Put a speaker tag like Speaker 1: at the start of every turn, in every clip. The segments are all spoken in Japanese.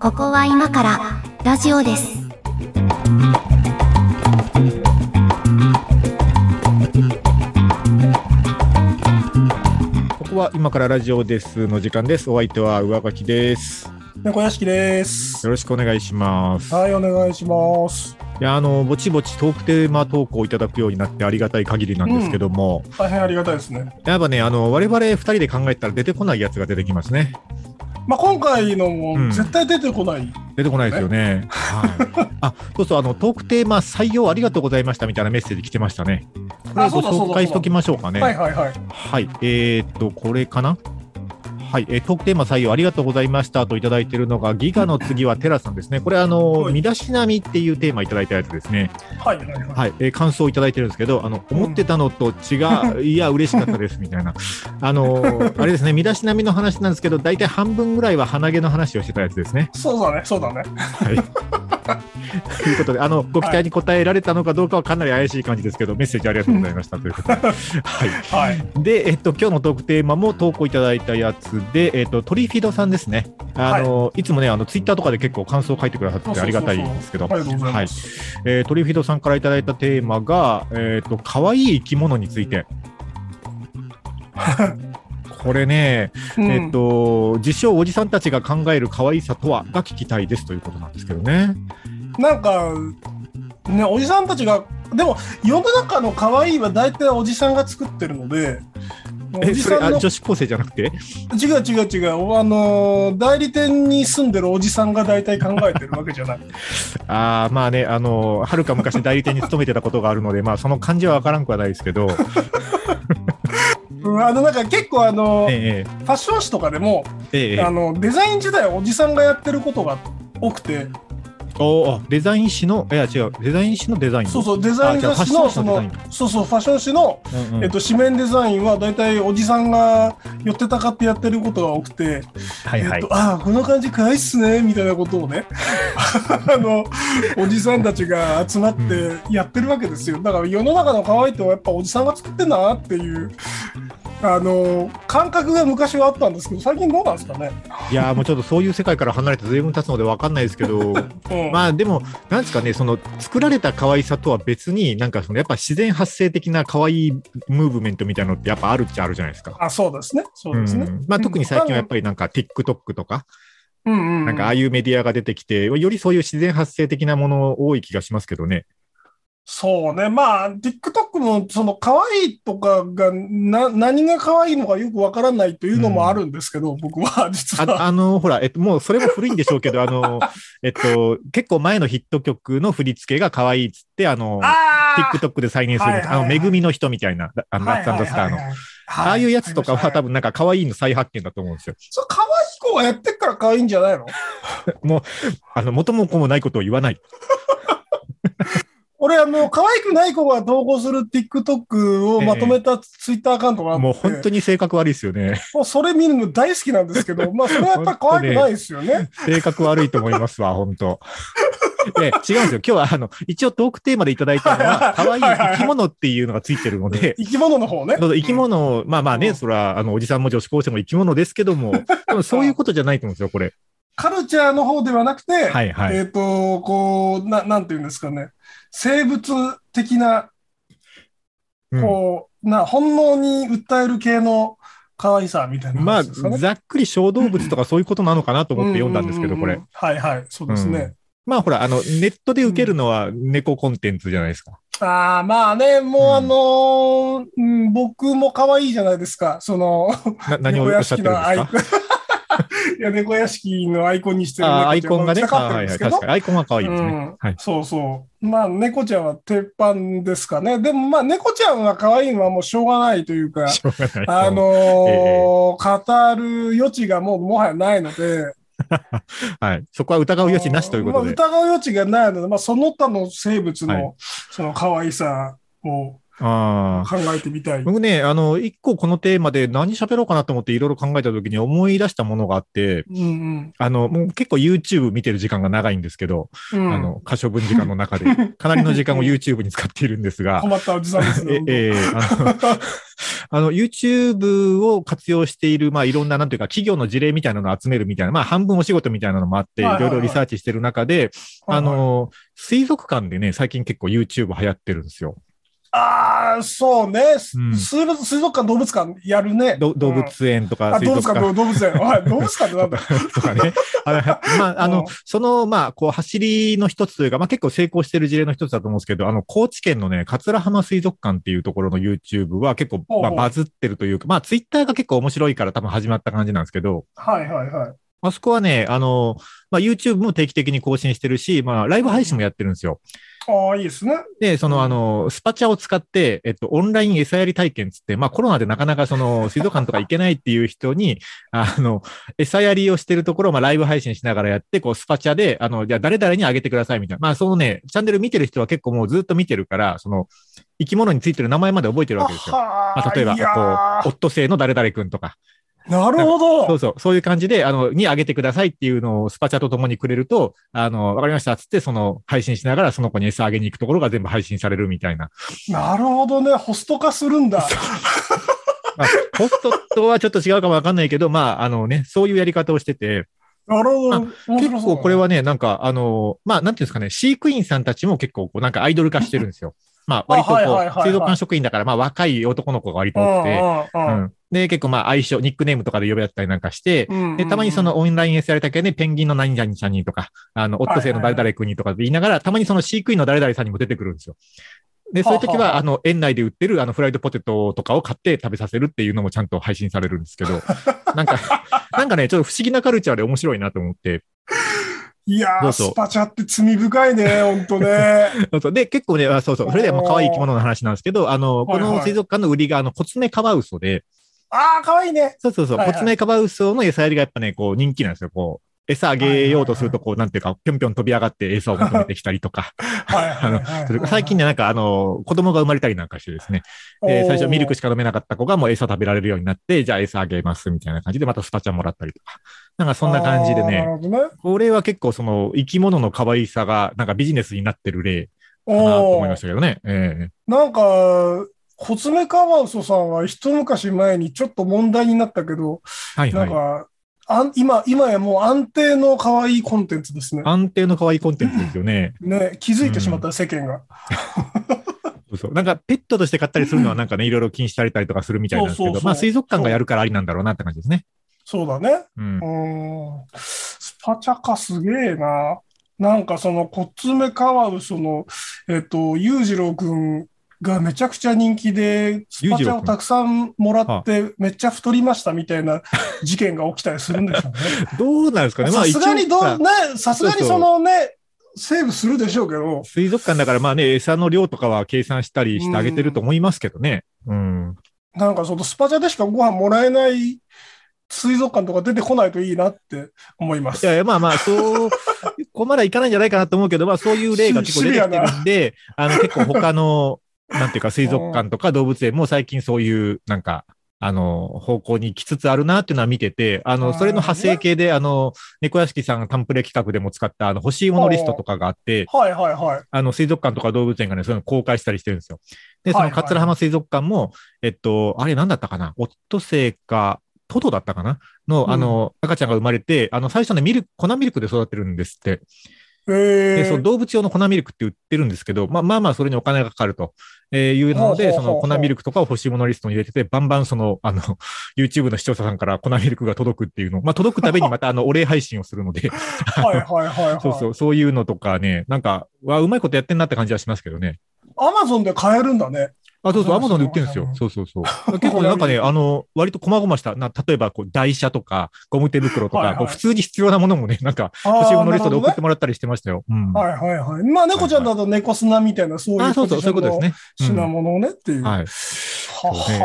Speaker 1: ここは今からラジオです。
Speaker 2: ここは今からラジオですの時間です。お相手は上書きです。
Speaker 3: 猫屋敷です。
Speaker 2: よろしくお願いします。
Speaker 3: はい、お願いします。
Speaker 2: いや、あの、ぼちぼちトークテーマ投稿いただくようになってありがたい限りなんですけども、
Speaker 3: 大変ありがたいですね。
Speaker 2: やっぱね、あの、我々二人で考えたら出てこないやつが出てきますね。
Speaker 3: まあ、今回の
Speaker 2: う
Speaker 3: も
Speaker 2: ん
Speaker 3: 絶対出てこない。
Speaker 2: 出てこないですよね。はい。あ、そうそう、あの、トークテーマ採用ありがとうございましたみたいなメッセージ来てましたね。これ
Speaker 3: あ
Speaker 2: ご
Speaker 3: そうだそうだ
Speaker 2: 紹介しときましょうかね。
Speaker 3: はいはいはい。
Speaker 2: はい、えー、っと、これかなはい、えートークテーマ採用ありがとうございましたといただいているのが、ギガの次はテラさんですね。これ、あの、
Speaker 3: はい
Speaker 2: 身だしなみっていうテーマいただいたやつですね。
Speaker 3: はいはいはい。
Speaker 2: はい、えー感想をいただいてるんですけど、あの、思ってたのと違 う、いや、嬉しかったです、みたいな。あの、あれですね、身だしなみの話なんですけど、大体半分ぐらいは鼻毛の話をしてたやつですね。
Speaker 3: そうだね、そうだね。
Speaker 2: はい。ということで、あの、ご期待に応えられたのかどうかはかなり怪しい感じですけど、メッセージありがとうございましたということで。はい。
Speaker 3: はい。
Speaker 2: で、えっと、今日のトークテーマも投稿いただいたやつで、えっと、トリフィドさんですね。あの、い、つもね、あの、ツイッターとかで結構感想を書いてくださっててありがたいんですけど、
Speaker 3: ありがとうござい
Speaker 2: は
Speaker 3: ま
Speaker 2: い。
Speaker 3: す。
Speaker 2: えートリフィドさんからいただいたテーマが、えっと、可愛い生き物につい て。これね、
Speaker 3: うん
Speaker 2: えっと、自称おじさんたちが考える可愛さとはが聞きたいですということなんですけどね。
Speaker 3: なんか、ね、おじさんたちが、でも、世の中の可愛いは大体おじさんが作ってるので、お
Speaker 2: え、
Speaker 3: じ
Speaker 2: そ
Speaker 3: さ
Speaker 2: れ、
Speaker 3: んの
Speaker 2: あ、女子高生じゃなくて
Speaker 3: 違う違う違う、あのー、代理店に住んでるおじさんが大体考えてるわけじ ゃない。
Speaker 2: ああ、まあね、あの、はるか昔代理店に勤めてたことがあるので、まあ、その感じはわからんくはないですけど、
Speaker 3: うんあの、なんか結構あの
Speaker 2: え
Speaker 3: ー、
Speaker 2: え
Speaker 3: ファッション誌とかでも、
Speaker 2: ええ
Speaker 3: あのデザイン自体はおじさんがやってることが多くて
Speaker 2: おおデザイン誌のいや違うデザイン誌のデザイン
Speaker 3: そうそうデザイン
Speaker 2: じゃあ
Speaker 3: 雑誌
Speaker 2: フ
Speaker 3: の
Speaker 2: ァッ
Speaker 3: そ
Speaker 2: ショ
Speaker 3: の
Speaker 2: ン誌のデザ
Speaker 3: そうそうファッション誌の、
Speaker 2: う、んうん
Speaker 3: えっと、紙面デザインは大体おじさんが寄ってたかってやってることが多くて、
Speaker 2: はいはい、
Speaker 3: えっと、ああこの感じ可愛いっすねみたいなことをね あのおじさんたちが集まってやってるわけですよだから世の中の可愛いってやっぱおじさんが作ってんだなっていうあの感覚が昔はあったんですけど最近どうなんですかね、
Speaker 2: いやーもうちょっとそういう世界から離れて随分経つのでわかんないですけ ど
Speaker 3: うん
Speaker 2: まあでもなんですかねその作られた可愛さとは別になんかそのやっぱ自然発生的な可愛いムーブメントみたいなのってやっぱあるっちゃあるじゃないですか。
Speaker 3: あそうですねそうですね、
Speaker 2: んまあ、特に最近はやっぱりなんか TikTok とか、
Speaker 3: うんうん、
Speaker 2: なんかああいうメディアが出てきて、よりそういう自然発生的なもの多い気がしますけどね。
Speaker 3: そうね。まあ、TikTok も、その、可愛いとかが、な、何が可愛いのかよくわからないというのもあるんですけど、僕は、実
Speaker 2: あ
Speaker 3: は。
Speaker 2: あの、ほら、えっと、もうそれも古いんでしょうけど、あの、えっと、結構前のヒット曲の振り付けが可愛いっつって、あの、
Speaker 3: あー
Speaker 2: TikTok で再現する、
Speaker 3: はいはいはい
Speaker 2: あの、恵みの人みたいな、あの、
Speaker 3: はい
Speaker 2: ラッツスターの。
Speaker 3: はいはいはい
Speaker 2: ああいうやつとかは多
Speaker 3: 分。
Speaker 2: 分なんか可愛いの再発見だと思うんですよ。
Speaker 3: そう、可愛い子がやってっから可愛いんじゃないの
Speaker 2: あの、元も子もないことを言わない。
Speaker 3: 俺、あの、可愛くない子が投稿する TikTok をまとめた Twitter アカウントがあって、
Speaker 2: もう本当に性格悪いですよね。
Speaker 3: もうそれ見るの大好きなんですけど、まあ、それはやっぱり可愛くないですよ ね。
Speaker 2: 性格悪いと思いますわ、本当。で違うんですよ。今日はあの、一応トークテーマでいただいたのは、可愛い生き物っていうのがついてるので、
Speaker 3: 生き物の方ね。
Speaker 2: そうそう生き物を、まあまあ
Speaker 3: う
Speaker 2: ね、
Speaker 3: ん
Speaker 2: それはあのおじさんも女子高生も生き物ですけど も、でもそういうことじゃないと思うんですよ、これ。
Speaker 3: カルチャーの方ではなくて、
Speaker 2: はいはい。
Speaker 3: えっ、と、こう、ななんていうんですかね、生物的な、
Speaker 2: うん
Speaker 3: こう、な、本能に訴える系の可愛さみたいな
Speaker 2: まあ、
Speaker 3: 話ですかね。
Speaker 2: ざっくり小動物とかそういうことなのかなと
Speaker 3: あ
Speaker 2: 思って読んだんですけど、これ。。
Speaker 3: はいはい、そうですね。
Speaker 2: まあほら、あの、ネットで受けるのは猫コンテンツじゃないですか。
Speaker 3: ああ、まあね、もううんあのーうん僕も可愛いじゃないですか、その、
Speaker 2: な何をおっしゃってるん
Speaker 3: アイ
Speaker 2: です
Speaker 3: コン。 いや、猫屋敷のアイコンにして
Speaker 2: か
Speaker 3: る
Speaker 2: ああ、ア
Speaker 3: 猫
Speaker 2: イ
Speaker 3: ちゃん
Speaker 2: コンが
Speaker 3: が
Speaker 2: ね、
Speaker 3: うち
Speaker 2: あ
Speaker 3: ら飼って
Speaker 2: は
Speaker 3: るん
Speaker 2: い
Speaker 3: で
Speaker 2: は
Speaker 3: す
Speaker 2: い、
Speaker 3: けど
Speaker 2: 確かに。アイコンは可愛いですね。
Speaker 3: うん
Speaker 2: はい。
Speaker 3: そうそう。まあ、猫ちゃんは鉄板ですかね。でも、まあ、猫ちゃんが可愛いのはもうしょうがないというか、
Speaker 2: しょうがない。
Speaker 3: あのー語る余地がもうもはやないので、
Speaker 2: はい。そこは疑う余地なしということ
Speaker 3: まあ
Speaker 2: で。
Speaker 3: 疑う余地がないので、まあ、その他の生物の、
Speaker 2: はい
Speaker 3: その可愛さを
Speaker 2: ああ。
Speaker 3: 考えてみたい。
Speaker 2: 僕ね、あの、一個このテーマで何喋ろうかなと思っていろいろ考えた時に思い出したものがあって、
Speaker 3: うん
Speaker 2: あの、もう結構 YouTube 見てる時間が長いんですけど、
Speaker 3: うん。うん、
Speaker 2: あの、可処分時間の中 で、かなりの時間を YouTube に使っているんですが、
Speaker 3: 困ったおじさんですね
Speaker 2: え。え あのあの、YouTube を活用している、まあ、いろんな、なんていうか、企業の事例みたいなのを集めるみたいな、まあ、半分お仕事みたいなのもあって、い
Speaker 3: はいはいは
Speaker 2: ろ
Speaker 3: い
Speaker 2: いろリサーチしてる中で、あ、の、水族館でね、最近結構 YouTube 流行ってるんですよ。
Speaker 3: ああ、そうね、
Speaker 2: うん
Speaker 3: 水族水族館、動物館やるね。
Speaker 2: ど動
Speaker 3: うん
Speaker 2: 物園とか
Speaker 3: あ、
Speaker 2: 水
Speaker 3: 動
Speaker 2: 族
Speaker 3: 物
Speaker 2: 館
Speaker 3: 館、動物 園。はい、動物館ってなんだ。
Speaker 2: とかね。あの まあ、あ
Speaker 3: う
Speaker 2: の
Speaker 3: ん、
Speaker 2: その、まあ、こう、走りの一つというか、まあ、結構成功してる事例の一つだと思うんですけど、あの、高知県のね、桂浜水族館っていうところの YouTube は結構、
Speaker 3: ほう
Speaker 2: まあ、
Speaker 3: ほう
Speaker 2: バズってるというか、まあ、Twitter が結構面白いから多分始まった感じなんですけど、
Speaker 3: はいはいはい。
Speaker 2: あそこはね、あの、まあ、YouTube も定期的に更新してるし、まあ、ライブ配信もやってるんですよ。
Speaker 3: ああ、いいですね。
Speaker 2: で、そうの、
Speaker 3: ん
Speaker 2: あの、スパチャを使って、えっと、オンライン餌やり体験つって、まあ、コロナでなかなか、そ の、水族館とか行けないっていう人に、あの、餌やりをしてるところを、まあ、ライブ配信しながらやって、こう、スパチャで、あの、じゃあ、誰々にあげてください、みたいな。まあ、そのね、チャンネル見てる人は結構もうずっと見てるから、その、生き物についてる名前まで覚えてるわけですよ。
Speaker 3: は
Speaker 2: まあ、例えば、
Speaker 3: いや
Speaker 2: こう、オットセイの誰々くんとか、
Speaker 3: ーなるほど。
Speaker 2: そうそう、そういう感じで、あの、にあげてくださいっていうのをスパチャとともにくれると、あの、わかりました、つって、その、配信しながら、その子に餌あげに行くところが全部配信されるみたいな。
Speaker 3: なるほどね。ホスト化するんだ。
Speaker 2: まあ、ホストとはちょっと違うかもわかんないけど、まあ、あのね、そういうやり方をしてて、
Speaker 3: なるほど。
Speaker 2: あ
Speaker 3: 面白そう
Speaker 2: 結構これ。はね、なんか、あの、まあ、なんていうんですかね、飼育員さんたちも結構、こう、なんかアイドル化してるんですよ。まあ、割とこ、
Speaker 3: あはいはいはいうはい
Speaker 2: 水族館職員だから、まあ、若い男の子が割と
Speaker 3: うん
Speaker 2: 多くて、う
Speaker 3: うん
Speaker 2: ん。で、結構、まあ、愛称、ニックネームとかで呼び合ったりなんかして、
Speaker 3: うんうん。
Speaker 2: で、たまにそのオンライン SR だけね、ペンギンの何々ちゃんにとか、あの、オットセイの誰々君にとかって言いながら、たまにその飼育員の誰々さんにも出てくるんですよ。で、そういう時
Speaker 3: はあは
Speaker 2: は、あの、園内で売ってる、あの、フライドポテトとかを買って食べさせるっていうのもちゃんと配信されるんですけ ど、なんか、なんかね、ちょっと不思議なカルチャーで面白いなと思って。
Speaker 3: いや
Speaker 2: どう
Speaker 3: ー、
Speaker 2: ぞ
Speaker 3: スパチャって罪深いね、ほん とね。
Speaker 2: そうそうで、結構ね、あそうそう、それではまあ可愛い生き物の話なんですけど、あの、こ
Speaker 3: はい
Speaker 2: の
Speaker 3: はい
Speaker 2: 水族館の売りが、あの、コツメカワウソで、
Speaker 3: ああ、かわいいね。
Speaker 2: そうそうそう、
Speaker 3: はいはい
Speaker 2: コツメカワウソの餌やりがやっぱね、こう人気なんですよ。こう、餌あげようとすると、こう、なんていうか、ぴょんぴょん飛び上がって餌を求めてきたりとか、
Speaker 3: はいはいはいはい
Speaker 2: それから最近ね、なんかあの、子供が生まれたりなんかしてですね、えー最初ミルクしか飲めなかった子がもう餌食べられるようになって、じゃあ餌あげますみたいな感じで、またスパチャもらったりとか。なんかそんな感じで
Speaker 3: あーな
Speaker 2: ね、
Speaker 3: るほどね。
Speaker 2: これは結構その生き物の可愛さがなんかビジネスになってる例かなと
Speaker 3: お
Speaker 2: 思い
Speaker 3: ー
Speaker 2: ましたけどね。え
Speaker 3: なんか、コツメカワウソさんは一昔前にちょっと問題になったけど、
Speaker 2: えはい
Speaker 3: なん
Speaker 2: はい。
Speaker 3: か、あん今、今やもう安定の可愛いコンテンツですね。
Speaker 2: 安定の可愛いコンテンツですよね。
Speaker 3: ね、気づいてしまった、世間が。
Speaker 2: そうそう。なんか、ペットとして買ったりする のはなんかね、いろいろ禁止されたりとかするみたいなんですけ
Speaker 3: そうそ
Speaker 2: ど、
Speaker 3: うそう
Speaker 2: まあ、水族館がやるからありなんだろうなって感じですね。
Speaker 3: そうだね。
Speaker 2: うん
Speaker 3: う。ーん。スパチャかすげえな。なんかそのコツメカワウソの、えっと、裕次郎くんがめちゃくちゃ人気で、スパチ
Speaker 2: 裕次郎
Speaker 3: ャ
Speaker 2: く
Speaker 3: を
Speaker 2: ん
Speaker 3: たくさんもらって、めっちゃ太りましたみた いな事件が起きたりするんでしょうね。
Speaker 2: どうなんですかね まあ、
Speaker 3: さすがにど
Speaker 2: 一応さ
Speaker 3: う、ね、さすがにそのね、セーブするでしょうけど、
Speaker 2: 水族館だからまあね、餌の量とかは計算したりしてあげてると思いますけどね。うん。
Speaker 3: なんかそのスパチャでしかご飯もらえない水族館とか出てこないといいなって思いま
Speaker 2: い
Speaker 3: す。
Speaker 2: やいや、まあまあ、そう、ここまでいかないんじゃないかなと思うけど、まあそういう例が結構出てきてるんで、あの結構他の、なんていうか水族館とか動物園も最近そういう、なんか、あの、方向に行きつつあるなっていうのは見てて、あの、それの派生系で、あの、猫屋敷さんがタンプレ企画でも使った、あの、欲しいものリストとかがあって、
Speaker 3: はいはいはい。
Speaker 2: あの、水族館とか動物園がね、そういうの公開したりしてるんですよ。で、そ
Speaker 3: は
Speaker 2: の
Speaker 3: いはい
Speaker 2: 桂浜水族館も、えっと、あれ何だったかなオットセイか、トドだったかな
Speaker 3: うん
Speaker 2: の、あの、赤ちゃんが生まれて、あの、最初ね、ミルク、粉ミルクで育てるんですって。
Speaker 3: え
Speaker 2: で、その動物用の粉ミルクって売ってるんですけど、まあまあまあ、それにお金がかかると、えーいうので、
Speaker 3: ほ
Speaker 2: そう
Speaker 3: ほう
Speaker 2: の
Speaker 3: ほう
Speaker 2: 粉ミルクとかを欲しいものリストに入れてて、バンバンその、あの、YouTube の視聴者さんから粉ミルクが届くっていうのを、まあ届くたびにまた、あの、お礼配信をするので、
Speaker 3: はいはいはいはい。
Speaker 2: そうそう、そういうのとかね、なんか、わ、うまいことやってんなって感じはしますけどね。
Speaker 3: アマゾンで買えるんだね。
Speaker 2: あ、そうそう、ア
Speaker 3: あ
Speaker 2: マ
Speaker 3: そう
Speaker 2: ゾ
Speaker 3: な
Speaker 2: ン
Speaker 3: ん
Speaker 2: で
Speaker 3: だ
Speaker 2: 売ってるんですよ。そうそうそう。結構なんかね、あの、割と細々した、な例えば、こう、台車とか、ゴム手袋と
Speaker 3: はいは
Speaker 2: か、
Speaker 3: い
Speaker 2: こう普通に必要なものもね、なんか、
Speaker 3: あ
Speaker 2: 欲しい
Speaker 3: ー
Speaker 2: ものリストで送
Speaker 3: な
Speaker 2: っ
Speaker 3: る
Speaker 2: てもらったりしてましたよ。うん。
Speaker 3: ほどねはいはいはい。まあ、猫ちゃんだと猫砂みたいな、そういう
Speaker 2: あ、そうそう、そういうことですね。
Speaker 3: ポジションの品物をねっていう。
Speaker 2: はい。そうね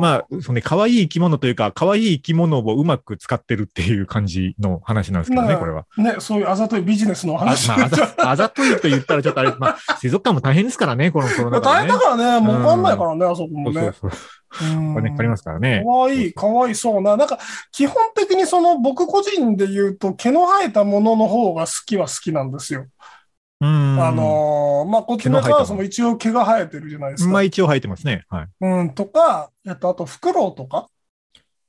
Speaker 2: まあ、そのね、可愛い生き物というか、可愛い生き物をうまく使ってるっていう感じの話なんですけどね、これは。
Speaker 3: あ、ね、そういうあざといビジネスの
Speaker 2: あ,、
Speaker 3: 話。
Speaker 2: まあ、あざあざといと言ったらちょっとあれ、まあ、水族館も大変ですからね、このコロナ禍
Speaker 3: 大
Speaker 2: で
Speaker 3: 変
Speaker 2: ね
Speaker 3: だ。からね、もうわかんないからね、あそ
Speaker 2: そ
Speaker 3: こも
Speaker 2: うそう
Speaker 3: ね。
Speaker 2: そう。
Speaker 3: うん
Speaker 2: お金かかりますからね
Speaker 3: か。わいい、かわいそうな。なんか、基本的にその僕個人で言うと、毛の生えたものの方が好きは好きなんですよ。
Speaker 2: うん。
Speaker 3: あのーまあ、こっちのカラスも一応毛が生えてるじゃないです
Speaker 2: ま
Speaker 3: か
Speaker 2: あ。一応生えてますね。はい。
Speaker 3: うん、とか、えっと、あと、フクロウとか、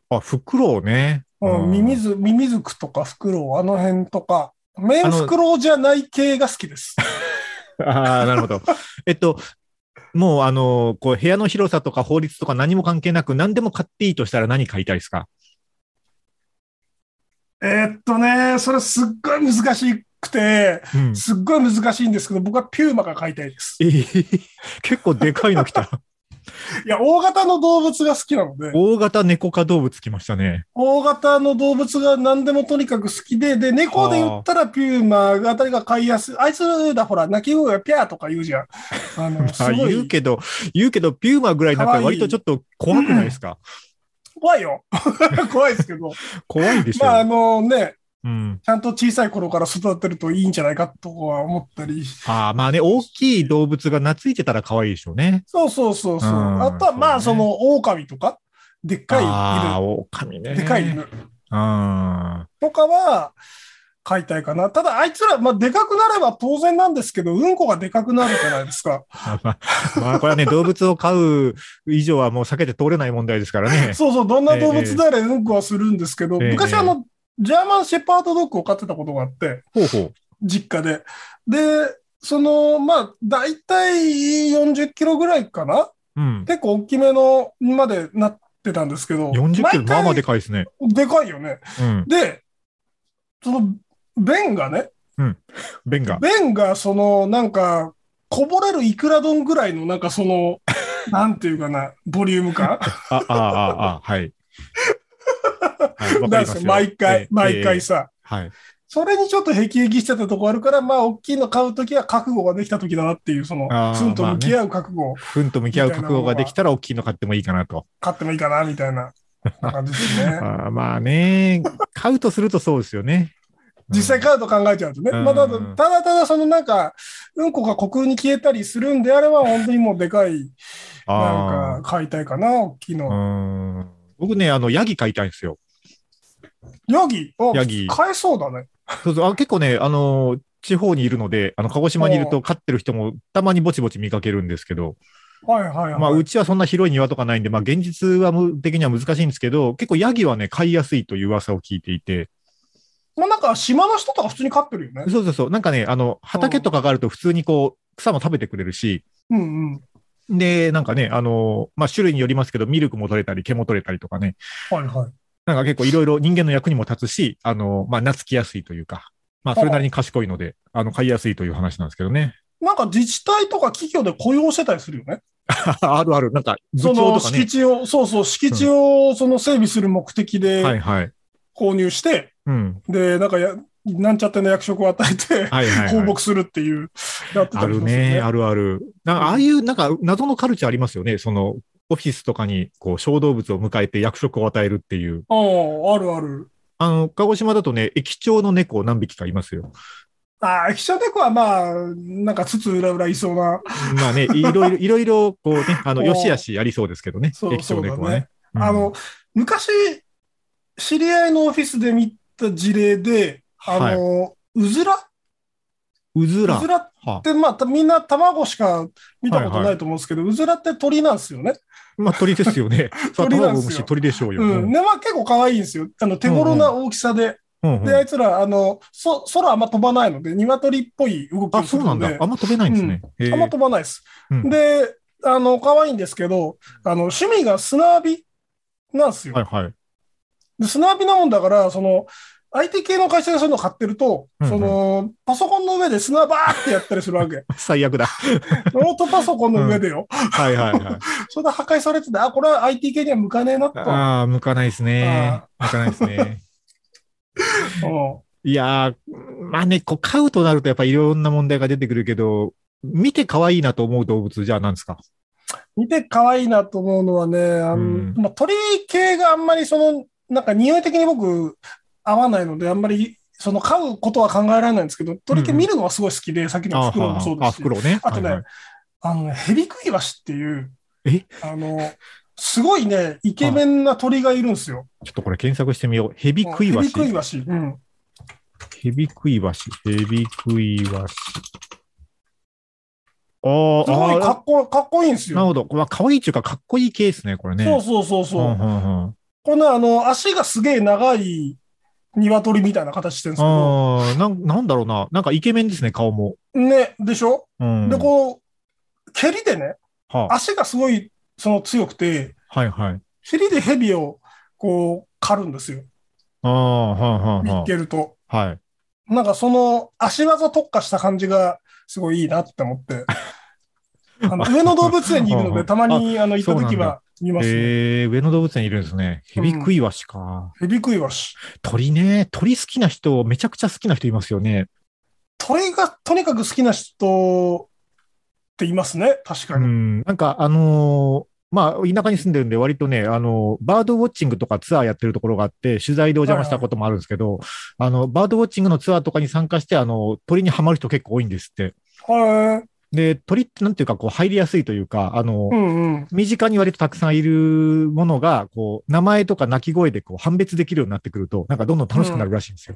Speaker 2: あ、フクロウね。
Speaker 3: うん、ミミズ、ミミズクとかフクロウ、あの辺とか、メンフクロウじゃない系が好きです。
Speaker 2: ああ、なるほど。えっと、もうあの、こう部屋の広さとか法律とか何も関係なく何でも買っていいとしたら何買いたいですか
Speaker 3: えーっとね、それすっごい難しくて、
Speaker 2: うん。
Speaker 3: すっごい難しいんですけど、僕はピューマが飼いたいです。
Speaker 2: えー 結構でかいの来 た。
Speaker 3: いや、大型の動物が好きなので、
Speaker 2: 大型猫科動物来ましたね。
Speaker 3: 大型の動物が何でもとにかく好きで、で、猫で言ったらピューマがあたりが飼いやすい。あいつらほら、鳴き声がピャーとか言うじゃん。 あの、す
Speaker 2: あ
Speaker 3: ご
Speaker 2: 言う
Speaker 3: い
Speaker 2: けど、言うけど、ピューマぐらいなんか
Speaker 3: かわい
Speaker 2: 割
Speaker 3: い
Speaker 2: とちょっと怖くないですか、
Speaker 3: 怖いよ。 怖いですけ ど。
Speaker 2: 怖いでしょ。
Speaker 3: まあ、あのね、
Speaker 2: うん。
Speaker 3: ちゃんと小さい頃から育てるといいんじゃないかとは思ったり。
Speaker 2: ああ、まあね、大きい動物が懐いてたら可愛いでしょうね。
Speaker 3: そうそうそうそう。
Speaker 2: うん
Speaker 3: あとは、まあ、
Speaker 2: そ
Speaker 3: そう
Speaker 2: ね
Speaker 3: の、狼とか、でっ
Speaker 2: ああ、
Speaker 3: か
Speaker 2: 狼
Speaker 3: い
Speaker 2: ね。
Speaker 3: 犬、で かい犬
Speaker 2: あ
Speaker 3: とかは、飼いたいかな。ただ、あいつら、まあ、でかくなれば当然なんですけど、うんこがでかくなるじゃないですか。
Speaker 2: あ。まあ、まあこれはね、動物を飼う以上はもう避けて通れない問題ですからね。
Speaker 3: そうそう、どんな動物であれうんこはするんですけど、
Speaker 2: ええ
Speaker 3: 昔あの、ジャーマンシェパードドッグを飼ってたことがあって、
Speaker 2: ほうほう。
Speaker 3: 実家で。で、その、まあ、だいたい40キロぐらいかな
Speaker 2: うん。
Speaker 3: 結構大きめのまでなってたんですけど、
Speaker 2: 40キロ、
Speaker 3: 毎回
Speaker 2: まあまあでかいですね。
Speaker 3: でかいよね。
Speaker 2: うん。
Speaker 3: で、その、便がね、
Speaker 2: 弁 が。
Speaker 3: 便がその、なんか、こぼれるイクラ丼ぐらいの、なんか その、なんていうかな、ボリューム感
Speaker 2: あ、あ、あ、あ、はい。はいわか
Speaker 3: な
Speaker 2: り
Speaker 3: ん
Speaker 2: ま
Speaker 3: です
Speaker 2: す
Speaker 3: よ
Speaker 2: よ
Speaker 3: 毎
Speaker 2: え
Speaker 3: 回
Speaker 2: え、
Speaker 3: 毎
Speaker 2: え
Speaker 3: 回
Speaker 2: え
Speaker 3: さ。
Speaker 2: はい。
Speaker 3: それにちょっと辟易してたとこあるから、まあ、大きいの買うときは覚悟ができたときだなっていう、その
Speaker 2: あ、ー
Speaker 3: ツンと向き合う覚悟を
Speaker 2: ふんと向き合う覚悟ができたら大きいの買ってもいいかなと。
Speaker 3: 買ってもいいかな、みたいな感じですね。
Speaker 2: あーまあね、買うとするとそうですよね。
Speaker 3: 実際買うと考えちゃうとね。
Speaker 2: うん
Speaker 3: まあ、ただ、ただただそのなんか、うんこが虚空に消えたりするんであれば、本当にもうでかい、
Speaker 2: うんあ
Speaker 3: なんか、買いたいかな、大きい
Speaker 2: ー
Speaker 3: の。
Speaker 2: うん僕ね、あの、ヤギ飼いたいんですよ。
Speaker 3: ヤギを
Speaker 2: ヤギ
Speaker 3: 買えそうだね。
Speaker 2: そうそうあ結構ね、あの地方にいるので、あの、鹿児島にいると飼ってる人もたまにぼちぼち見かけるんですけど、
Speaker 3: はいはいはい。
Speaker 2: まあ、うちはそんな広い庭とかないんで、まあ、現実はむ的には難しいんですけど、結構ヤギはね、飼いやすいという噂を聞いていて、
Speaker 3: まあ、なんか、島の人とか普通に飼ってるよね。
Speaker 2: そうそうそう、なんかね、あの、畑とかがあると普通にこう、草も食べてくれるし、
Speaker 3: うんうん。
Speaker 2: で、なんかね、あの、まあ、種類によりますけど、ミルクも取れたり、毛も取れたりとかね、
Speaker 3: はいはい。
Speaker 2: なんか結構いろいろ人間の役にも立つし、あの、まあ、懐きやすいというか、まあ、それなりに賢いので、あの、飼いやすいという話なんですけどね。
Speaker 3: なんか自治体とか企業で雇用してたりするよね。
Speaker 2: あるある、なんか、部
Speaker 3: そ
Speaker 2: 長
Speaker 3: の
Speaker 2: とかね
Speaker 3: 敷。地を、そうそう、敷地をその整備する目
Speaker 2: は
Speaker 3: 的
Speaker 2: い
Speaker 3: で
Speaker 2: はい。
Speaker 3: 購入して、
Speaker 2: うん。
Speaker 3: で、なんかや、なんちゃっての役職を与えて、
Speaker 2: はいはい、
Speaker 3: 放
Speaker 2: はい。
Speaker 3: 牧するっていう、やって
Speaker 2: あ
Speaker 3: たりし
Speaker 2: る
Speaker 3: ますよ
Speaker 2: ね、あるある。なんかああいう、なんか、謎のカルチャーありますよね。その、オフィスとかに、こう、小動物を迎えて役職を与えるっていう。
Speaker 3: うん、あるある。
Speaker 2: あの、鹿児島だとね、駅長の猫何匹かいますよ。
Speaker 3: ああ、記者猫はまあ、なんか、つつ裏裏いそうな、
Speaker 2: まあ ね、いろいろ、いろいろ、こうね、あの、
Speaker 3: おー
Speaker 2: よしあしありそうですけどね、
Speaker 3: そう
Speaker 2: 駅長猫はね。うん
Speaker 3: あの、昔、知り合いのオフィスで見た事例で、あの、うずら
Speaker 2: うずら。
Speaker 3: うずらっ
Speaker 2: は
Speaker 3: て、まあ、たみんな卵しか見たことないと思うんですけど、うずらって鳥なんですよね。
Speaker 2: まあ、鳥ですよね。そう、
Speaker 3: 鳥な
Speaker 2: 卵を
Speaker 3: んですよ
Speaker 2: 産むし、鳥でしょうよ。
Speaker 3: うん。ね、まあ結構可愛いんですよ。あの、手頃な大きさで。
Speaker 2: うんうん
Speaker 3: で、あいつら、あの、そ、空あんま飛ばないので、鶏っぽい動きを
Speaker 2: あ、
Speaker 3: す
Speaker 2: そう
Speaker 3: る
Speaker 2: な
Speaker 3: の
Speaker 2: ん
Speaker 3: で、
Speaker 2: だ。あんま飛べないんですね。へー
Speaker 3: あんま飛ばないです。
Speaker 2: うん
Speaker 3: で、あの、可愛いんですけど、あの、趣味が砂浴びなんですよ。
Speaker 2: はい はい。
Speaker 3: で砂浴びなもんだから、その、IT 系の会社でそういうの買ってると、
Speaker 2: うんうん
Speaker 3: その、パソコンの上で砂バーってやったりする わけ。
Speaker 2: 最悪だ。
Speaker 3: ノートパソコンの上でよ。
Speaker 2: はいはいはい。
Speaker 3: それで破壊されてて、あ、これは IT 系には向かねえなと。
Speaker 2: ああ、向かないですね。向かないですね。
Speaker 3: うん
Speaker 2: いやー、まあね、こう飼うとなるとやっぱいろんな問題が出てくるけど、見て可愛いなと思う動物じゃあ何ですか
Speaker 3: 見て可愛いなと思うのはね、あの
Speaker 2: うん
Speaker 3: まあ、鳥系があんまりその、なんか匂い的に僕、合わないので、あんまり、その飼うことは考えられないんですけど、鳥系見るのはすごい好きで、さっきの
Speaker 2: あ
Speaker 3: フクロウもそう
Speaker 2: あ、
Speaker 3: で
Speaker 2: あ
Speaker 3: すし、
Speaker 2: 袋ね。
Speaker 3: あとね
Speaker 2: はいはい
Speaker 3: あのね、ヘビクイワシっていう
Speaker 2: え、
Speaker 3: あの、すごいね、イケメンな鳥がいるんですよ。
Speaker 2: ちょっとこれ検索してみよう。ヘビクイワシ。
Speaker 3: ヘビクイワシ。うん。
Speaker 2: ヘビクイワシ。ヘビクイワシ。あ
Speaker 3: す
Speaker 2: あ、
Speaker 3: ごいか
Speaker 2: あ
Speaker 3: っこ、かっこいいんです
Speaker 2: あなる
Speaker 3: よ。
Speaker 2: ほど。これは可愛いっていうか、かっこいいケースね、これね。
Speaker 3: そうそうそうそう。
Speaker 2: んんうん
Speaker 3: このあの、足がすげえ長い鶏みたいな形してるんですけど、
Speaker 2: ああ、なん、なんだろうな。なんかイケメンですね、顔も。
Speaker 3: ね、でしょ、
Speaker 2: うん。
Speaker 3: で、こう、蹴りでね、
Speaker 2: は
Speaker 3: 足がすごい、その強くて、
Speaker 2: あ、はいはい。
Speaker 3: 蹴りでヘビを、こう、狩るんですよ。
Speaker 2: ああ、はあ、はあ、
Speaker 3: 見
Speaker 2: は
Speaker 3: つけると。
Speaker 2: あ。はい。
Speaker 3: なんかその、足技特化した感じが、すごいいいなって 思って。あの上野動物園にいるので、たまに、あの、行った時は見ますね。
Speaker 2: ええー、上野動物園いるんですね。ヘビクイワシか。
Speaker 3: ヘビクイワシ。
Speaker 2: 鳥ね。鳥好きな人、めちゃくちゃ好きな人いますよね。
Speaker 3: 鳥がとにかく好きな人っていますね、確か
Speaker 2: う
Speaker 3: に。
Speaker 2: ん。なんか、あのーまあ、田舎に住んでるんで、割とね、あの、バードウォッチングとかツアーやってるところがあって、取材でお邪魔したこともあるんですけど、あの、バードウォッチングのツアーとかに参加して、あの、鳥にはまる人結構多いんですって。
Speaker 3: はい。
Speaker 2: で、鳥ってなんていうか、こう、入りやすいというか、あの、
Speaker 3: うんうん。
Speaker 2: 身近に割とたくさんいるものが、こう、名前とか鳴き声でこう判別できるようになってくると、なんかどんどん楽しくなるらしいんですよ。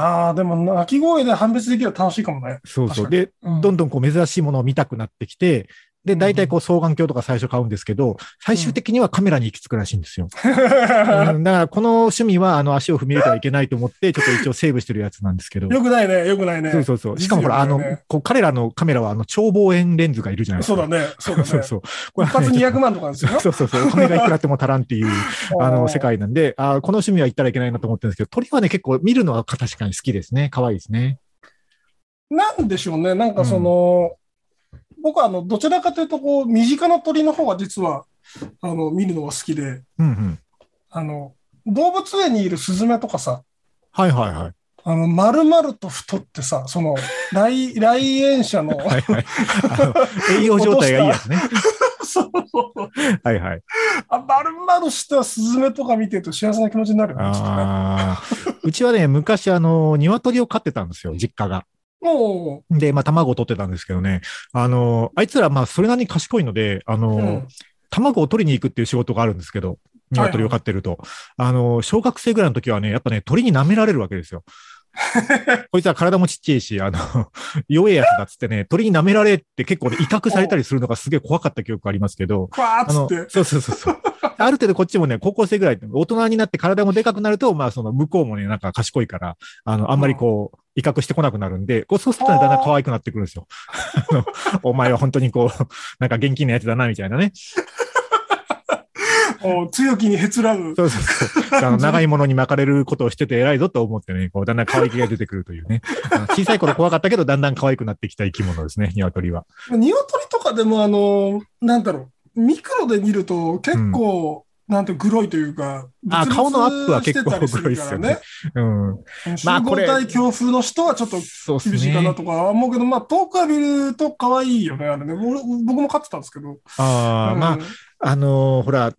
Speaker 3: ああ、でも鳴き声で判別できるら楽しいかもね。
Speaker 2: そうそう。
Speaker 3: 確か
Speaker 2: で、
Speaker 3: うん
Speaker 2: どんどんこう珍しいものを見たくなってきて、で、大体こう双眼鏡とか最初買うんですけど、最終的にはカメラに行き着くらしいんです よ。うんだからこの趣味はあの足を踏み入れてはいけないと思って、ちょっと一応セーブしてるやつなんですけど。
Speaker 3: よくないね、よくないね。
Speaker 2: そうそうそう。しかもほら、あ
Speaker 3: ですよ
Speaker 2: の
Speaker 3: ね、
Speaker 2: こう彼らのカメラはあの超望遠レンズがいるじゃないです
Speaker 3: そう
Speaker 2: か。
Speaker 3: だね、そうだ ね。
Speaker 2: そうそう。これ
Speaker 3: 一
Speaker 2: はね
Speaker 3: 発200万とかです よ。
Speaker 2: そうそうそう。お金がいくらあっても足らんって いう。あの、世。界なんで、あーこの趣味は行ったらいけないなと思ってるんですけど、鳥はね、結構見るのは確かに好きですね。可愛いですね。
Speaker 3: なんでしょうね、なんかその、僕はあの、どちらかというと、こう、身近な鳥の方が実は、あの、見るのが好きで、
Speaker 2: うんうん。
Speaker 3: あの、動物園にいるスズメとかさ、
Speaker 2: はいはいはい。
Speaker 3: あの、丸々と太ってさ、その、来、来園者の、
Speaker 2: はいはい。あの栄養状態がいいやつね。
Speaker 3: そう
Speaker 2: はいはい。
Speaker 3: あ、丸々したスズメとか見てると幸せな気持ちになるよね、ちょっとね。
Speaker 2: あーうちはね、昔、あの、鶏を飼ってたんですよ、実家が。
Speaker 3: もう、
Speaker 2: で、まあ、卵を取ってたんですけどね。あの、あいつら、まあ、それなりに賢いので、あの、
Speaker 3: うん
Speaker 2: 卵を取りに行くっていう仕事があるんですけど、鶏を飼ってると。あの、小学生ぐらいの時はね、やっぱね、鳥に舐められるわけです よ。こいつは体もちっちゃいし、あの、弱いやつだっつってね、鳥に舐められって結構ね、威嚇されたりするのがすげえ怖かった記憶がありますけど、
Speaker 3: クワ
Speaker 2: あ
Speaker 3: ー
Speaker 2: の
Speaker 3: っつっ、
Speaker 2: そうそうそうそう。ある程度こっちもね、高校生ぐらい、大人になって体もでかくなると、まあその向こうもね、なんか賢いから、あの、あんまりこう、威嚇してこなくなるんで、こうそうするとねだんだん可愛くなってくるんで すよ。あの、お前は本当にこう、なんか現金なやつだな、みたいなね。
Speaker 3: て、お強気にへつらう。
Speaker 2: そうそうそう。あの、長いものに巻かれることをしてて偉いぞと思ってね、こう、だんだん可愛げが出てくるというね。あの小さい頃怖かったけど、だんだん可愛くなってきた生き物ですね、鶏は。
Speaker 3: 鶏とかでも、あの、なんだろう、ミクロで見ると結構、なんて、グロいというか、
Speaker 2: あ顔のアップは結構
Speaker 3: ブツブツしてたり
Speaker 2: グロいっうん。
Speaker 3: する
Speaker 2: まあ
Speaker 3: からね。
Speaker 2: これ
Speaker 3: 集合体強風の人はちょっと
Speaker 2: そうです
Speaker 3: 厳しいかな
Speaker 2: ね。
Speaker 3: とかは思うけど、まあ、遠くは見ると可愛いよね、あれね。俺僕も飼ってたんですけど。
Speaker 2: ああ、まあ
Speaker 3: うん、
Speaker 2: あのーほら、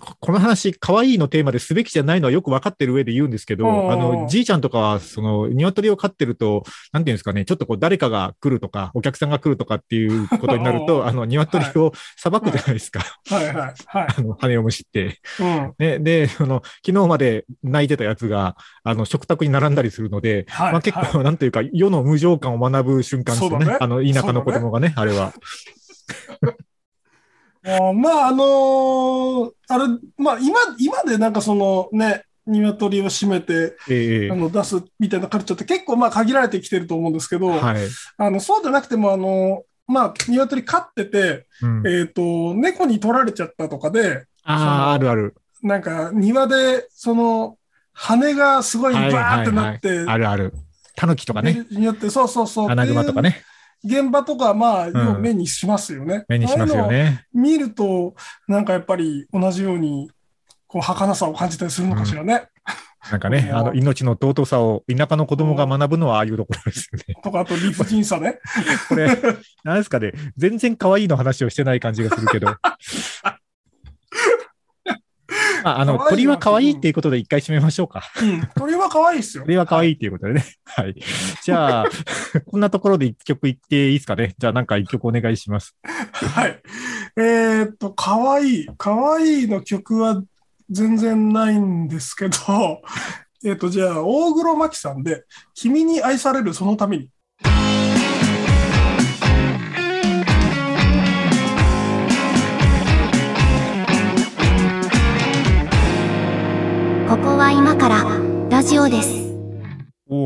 Speaker 2: ここの話、可愛いのテーマですべきじゃないのはよく分かってる上で言うんですけ
Speaker 3: うんうんうん
Speaker 2: ど、あの、じいちゃんとかは、その、鶏を飼ってると、なんていうんですかね、ちょっとこう、誰かが来ると か、お客さんが来るとかっていうことになる
Speaker 3: おう
Speaker 2: と、あの、鶏をさばくじゃないですか。
Speaker 3: はいはいはい。
Speaker 2: あの、羽をむしって。
Speaker 3: うん。
Speaker 2: ね、で、その、昨日まで泣いてたやつが、あの、食卓に並んだりするので、
Speaker 3: はい
Speaker 2: まあ、結
Speaker 3: はい
Speaker 2: 構、なんというか、世の無情感を学ぶ瞬間ですよ
Speaker 3: そうだ
Speaker 2: ね
Speaker 3: ね。
Speaker 2: あの、田舎の子供がね、あれ は。
Speaker 3: あーまあ、あのーあれ、まあ、今、今でなんかそのね、鶏を締めて、
Speaker 2: ええ
Speaker 3: あの出すみたいなカルチャーって結構まあ限られてきてると思うんですけど、
Speaker 2: はい。
Speaker 3: あのそうじゃなくてもあの、まあ、鶏飼ってて、
Speaker 2: うん、
Speaker 3: えー、と猫に取られちゃったとかで
Speaker 2: ああ、あるある。
Speaker 3: なんか庭でその羽がすごい
Speaker 2: はい
Speaker 3: バー
Speaker 2: は
Speaker 3: っ
Speaker 2: い
Speaker 3: てな
Speaker 2: は
Speaker 3: っ
Speaker 2: い
Speaker 3: て。
Speaker 2: あるある。タヌキとかね。
Speaker 3: によってそうそうそう
Speaker 2: アナグマとかね。
Speaker 3: っていう現場とかまあ、
Speaker 2: ん
Speaker 3: 要は目にしますよね
Speaker 2: 目にしますよ
Speaker 3: ああいうのを
Speaker 2: ね。
Speaker 3: 見るとなんかやっぱり同じようにこう儚さを感じたりするのかしらね、
Speaker 2: なんかね、あの、命の尊さを田舎の子供が学ぶのはああいうところですよね。
Speaker 3: とか、あと理不尽 さね。
Speaker 2: これ、なんですかね、全然可愛いの話をしてない感じがするけ ど。まあ、あの、
Speaker 3: 可愛いな
Speaker 2: 鳥は可愛いっていうことで一回締めましょうか。
Speaker 3: うん。鳥は可愛いですよ。
Speaker 2: 鳥は可愛いっていうことでね。はい。じ ゃあ、こんなところで一曲言っていいですかね。じゃあ、なんか一曲お願いします。
Speaker 3: はい。えーっと、可愛い可愛いの曲は全然ないんですけど、 えーっと、じゃあ、大黒摩季さんで、君に愛されるそのために。
Speaker 1: ここは今からラジオです。
Speaker 2: お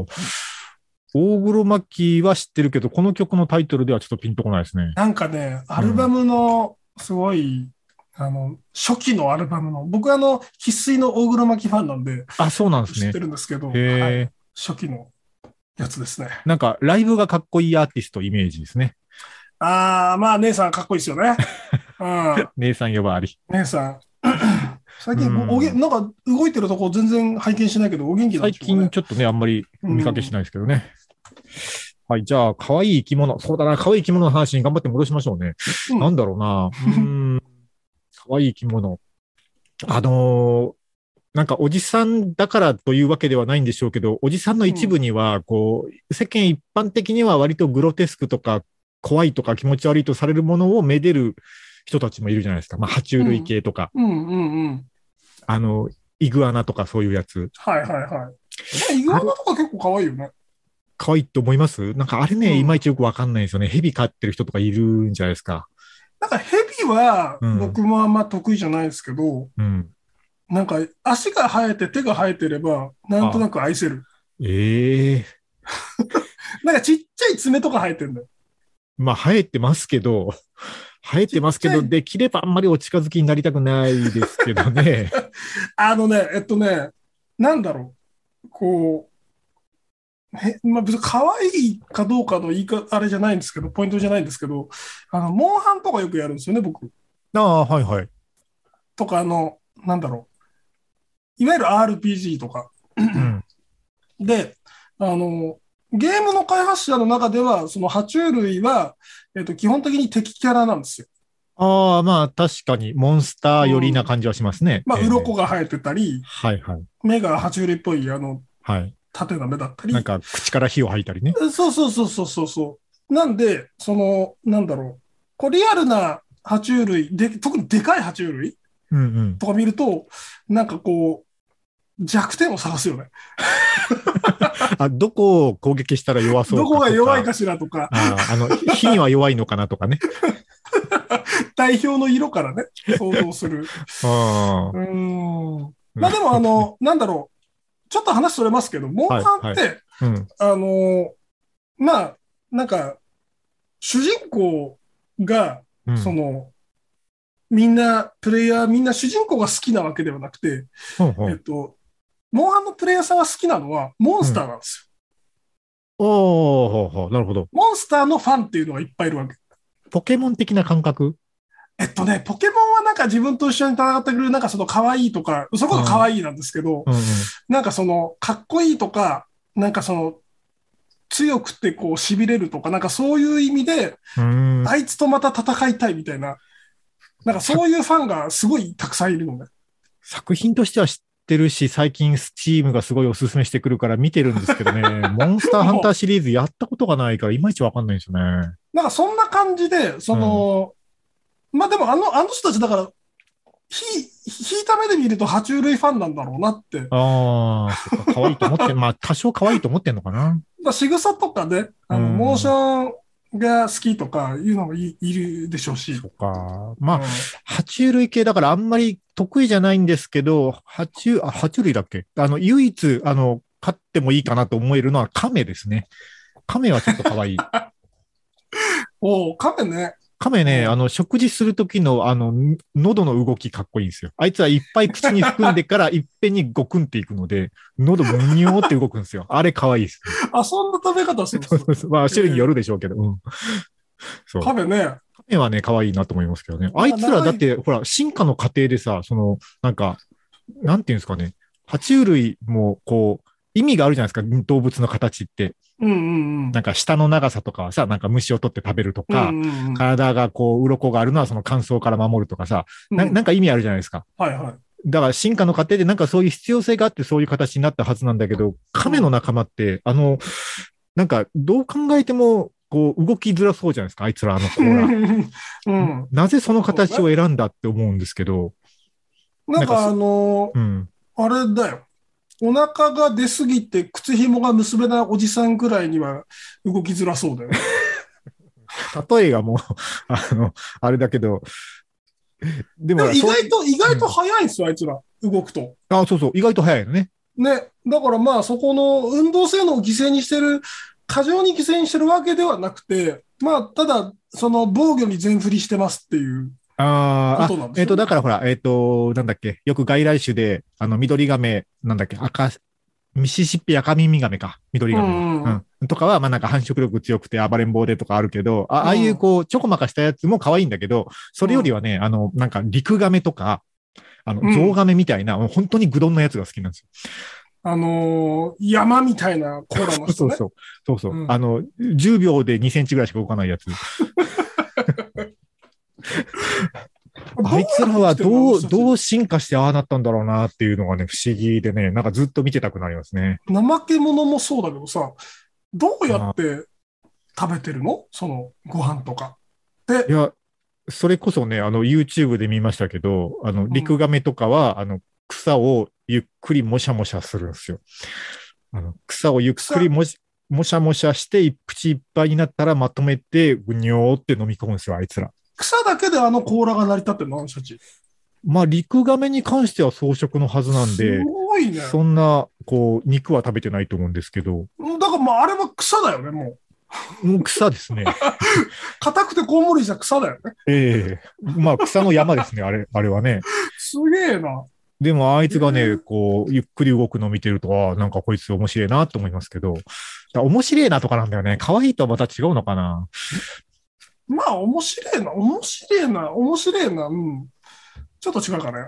Speaker 2: お。大黒摩季は知ってるけど、この曲のタイトルではちょっとピンとこないですね。
Speaker 3: なんかね、アルバムの、すごい、あの、初期のアルバムの、僕あの、生粋の大黒摩季ファンなんで、
Speaker 2: あ、そうなんです
Speaker 3: 知っ
Speaker 2: ね
Speaker 3: て。るんですけど、はい
Speaker 2: へえ。
Speaker 3: 初期のやつですね。
Speaker 2: なんか、ライブがかっこいいアーティストイメージですね。
Speaker 3: あー、まあ、姉さんかっこいいです よね。うん。
Speaker 2: 姉さん呼ばわり。
Speaker 3: 姉さん。 最近
Speaker 2: うん
Speaker 3: おげ、なんか動いてるとこ全然拝見しないけど、お元気なん
Speaker 2: 最
Speaker 3: でしょうか
Speaker 2: 近
Speaker 3: ね。
Speaker 2: ちょっとね、あんまりお見かけしないですけどね。はい、じゃあ、可愛い生き物。そうだな、可愛い生き物の話に頑張って戻しましょうね。
Speaker 3: うん
Speaker 2: なんだろうな。うーん。可愛い生き物。あのーなんかおじさんだからというわけではないんでしょうけど、おじさんの一部には、こう、世間一般的には割とグロテスクとか、怖いとか気持ち悪いとされるものをめでる人たちもいるじゃないですか。まあ、爬虫類系とか、
Speaker 3: うんうんうん。
Speaker 2: あの、イグアナとかそういうやつ。
Speaker 3: はいはいはい。イグアナとか結構可愛いよね。
Speaker 2: 可愛いと思いますなんかあれね、
Speaker 3: うん
Speaker 2: いまいちよくわかんないんですよね。蛇飼ってる人とかいるんじゃないですか。
Speaker 3: なんかヘビは
Speaker 2: うん
Speaker 3: 僕もあんま得意じゃないですけど、
Speaker 2: うん。
Speaker 3: なんか足が生えて手が生えてれば、なんとなく愛せる。
Speaker 2: ええ
Speaker 3: なんかちっちゃい爪とか生えてるんだよ。
Speaker 2: まあ、生えてますけど、 生えてますけ
Speaker 3: ちっ
Speaker 2: ど、
Speaker 3: ちゃい
Speaker 2: できればあんまりお近づきになりたくないですけど ね。
Speaker 3: あのね、えっとね、なんだろう。こう、へまあ、別に可愛いかどうかの言いか、あれじゃないんですけど、ポイントじゃないんですけど、あの、モンハンとかよくやるんですよね、僕。
Speaker 2: ああ、はいはい。
Speaker 3: とか、あの、なんだろう。いわゆる RPG とか。
Speaker 2: うん。
Speaker 3: で、あの、ゲームの開発者の中では、その爬虫類は、えっと、基本的に敵キャラなんですよ。
Speaker 2: ああ、まあ、確かに、モンスター寄りな感じはしますね。
Speaker 3: まあ、
Speaker 2: ええ
Speaker 3: 鱗が生えてたり、
Speaker 2: はいはい。
Speaker 3: 目が爬虫類っぽい、あの、
Speaker 2: はい。
Speaker 3: 縦の目だったり
Speaker 2: な。んか、口から火を吐いたりね。
Speaker 3: そうそうそうそうそうそう。なんで、その、なんだろう。こう、リアルな爬虫類、で、特にでかい爬虫類
Speaker 2: うんうん。
Speaker 3: とか見ると、なんかこう、弱点を探すよね。
Speaker 2: あ、どこを攻撃したら弱そう
Speaker 3: ど
Speaker 2: かとか。
Speaker 3: こが弱いかしらとか、
Speaker 2: ああ。あの、火には弱いのかなとか ね。
Speaker 3: 代表の色からね、想像 する。
Speaker 2: ああ。
Speaker 3: うーん。まあでも、あの、なんだろう。ちょっと話それますけど、モンハンって、
Speaker 2: うん。
Speaker 3: あの、まあ、なんか、主人公が、
Speaker 2: うん
Speaker 3: その、みんな、プレイヤーみんな主人公が好きなわけではなくて、
Speaker 2: ほうほう
Speaker 3: えっと、モンハンのプレイヤーさんが好きなのはモンスターなんです
Speaker 2: おーほうほう、なるほど。
Speaker 3: よ。モンスターのファンっていうのがいっぱいいるわけ。
Speaker 2: ポケモン的な感覚
Speaker 3: えっとね、ポケモンはなんか自分と一緒に戦ってくれる、なんかその可愛いとか、それこそ可愛いなんですけど、
Speaker 2: うんうん。
Speaker 3: なんかその、かっこいいとか、なんかその、強くてこう痺れるとか、なんかそういう意味で、
Speaker 2: うーん
Speaker 3: あいつとまた戦いたいみたいな、なんかそういうファンがすごいたくさんいるのね。
Speaker 2: 作品としては知ってるし、最近スチームがすごいおすすめしてくるから見てるんです けどね、モンスターハンターシリーズやったことがないから、いまいちわかんないんですよね。
Speaker 3: なんかそんな感じで、その、まあでもあの、あの人たちだから、ひ、ひ引いた目で見ると爬虫類ファンなんだろうなって。
Speaker 2: ああ、そっか可愛いと思って、 まあ、多少可愛いと思ってんのかな。
Speaker 3: まあ仕草とかね、あの、
Speaker 2: うん
Speaker 3: モーションが好きとかいうのもいいるでしょうし。
Speaker 2: そっか。まあ
Speaker 3: うん、
Speaker 2: 爬虫類系だからあんまり得意じゃないんですけど、爬虫、あ、爬虫類だっけあの、唯一、あの、飼ってもいいかなと思えるのは亀ですね。亀はちょっと可愛い。
Speaker 3: おう、カメね。
Speaker 2: 亀ね、
Speaker 3: うん
Speaker 2: あの、食事するときの、あの、ん喉の動きかっこいいんですよ。あいつはいっぱい口に含んで から、いっぺんにゴクンっていくので、喉むにょーって動くんですよ。あれかわいいです、
Speaker 3: あ、そんな食べ方するんですね
Speaker 2: まあ、種類によるでしょうけど。うん、そう。
Speaker 3: カメね。
Speaker 2: 亀はね、可愛いなと思いますけどね。あいつらだって、ほら、進化の過程でさ、その、なんか、なんていうんですかね。爬虫類もこう、意味があるじゃないですか、動物の形って。
Speaker 3: うんうんうん。
Speaker 2: なんか舌の長さとかはさ、なんか虫を取って食べるとか、
Speaker 3: うんうんうん
Speaker 2: 体がこう、鱗があるのはその乾燥から守るとかさ、ななんか意味あるじゃないですか。
Speaker 3: はいはい。
Speaker 2: だから進化の過程でなんかそういう必要性があってそういう形になったはずなんだけど、亀の仲間って、あの、なんかどう考えても、こう、動きづらそうじゃないですか、あいつら、あの子ら。
Speaker 3: うん。
Speaker 2: なぜその形を選んだって思うんですけど、
Speaker 3: なんかあの
Speaker 2: うん。
Speaker 3: あれだよ。お腹が出すぎて靴紐が結べないおじさんくらいには動きづらそうだよね。
Speaker 2: 例えがもう、あの、あれだけど、で
Speaker 3: で
Speaker 2: も
Speaker 3: も意
Speaker 2: そう
Speaker 3: 外と、意外と早いんですよ、あいつら。動くと。
Speaker 2: あ、そうそう、意外と早いよね。
Speaker 3: ね。だからまあそこの運動性能を犠牲にしてる、過剰に犠牲にしてるわけではなくて、まあただ、その防御に全振りしてますっていう。
Speaker 2: あ
Speaker 3: こ
Speaker 2: ー
Speaker 3: とな
Speaker 2: あ
Speaker 3: ん、ですよね
Speaker 2: えっ、と、だからほら、えっ、と、なんだっけ、よく外来種で、あの、緑亀、なんだっけ、赤、ミシシッピ赤耳亀か、緑亀。
Speaker 3: うんうんうん
Speaker 2: うんとかは、まあなんか繁殖力強くて暴れん坊でとかあるけど、あああいうこう、ちょこまかしたやつも可愛いんだけど、それよりはね、あの、なんか陸亀とか、あ
Speaker 3: う
Speaker 2: の、
Speaker 3: ん
Speaker 2: ゾウガメみたいな、もう本当にグドンのやつが好きなんですよ。
Speaker 3: あのー山みたいなコーラの
Speaker 2: そ
Speaker 3: 人
Speaker 2: う
Speaker 3: ね。
Speaker 2: そう。そうそう。
Speaker 3: うん
Speaker 2: あの、10秒で2センチぐらいしか動かないやつ。あいつらはどう、ど
Speaker 3: う
Speaker 2: う進化してああなったんだろうなっていうのがね、不思議でね、なんかずっと見てたくなりますね。
Speaker 3: 怠け者もそうだけどさ、どうやって食べてるのそのご飯とか。
Speaker 2: いや、それこそね、あの、YouTube で見ましたけど、あの、
Speaker 3: ん
Speaker 2: リクガメとかは、あの、草をゆっくりもしゃもしゃするんですよ。あの、草をゆっくりもし、もしゃもしゃして、一口いっぱいになったらまとめて、ぐにょーって飲み込むんですよ、あいつら。
Speaker 3: 草だけであの甲羅が成り立ってるのあの人たち。、
Speaker 2: まあ、リクガメに関しては草食のはずなんです
Speaker 3: ごいね。
Speaker 2: そんな、こう、肉は食べてないと思うんですけど、
Speaker 3: だからまああれは草だよね、もう。
Speaker 2: もう草ですね。
Speaker 3: 硬くてコウモリじゃ草だよね。
Speaker 2: ええまあ、草の山ですね、あれ、あれはね。
Speaker 3: すげえな。
Speaker 2: でも、あいつが
Speaker 3: え
Speaker 2: ね、
Speaker 3: ー
Speaker 2: こう、ゆっくり動くの見てると、ああ、なんかこいつ面白いなと思いますけど、だから面白いなとかなんだよね。可愛いとはまた違うのかな。
Speaker 3: まあ面白いな、面白いな、面白いな、うん。ちょっと違うか ね。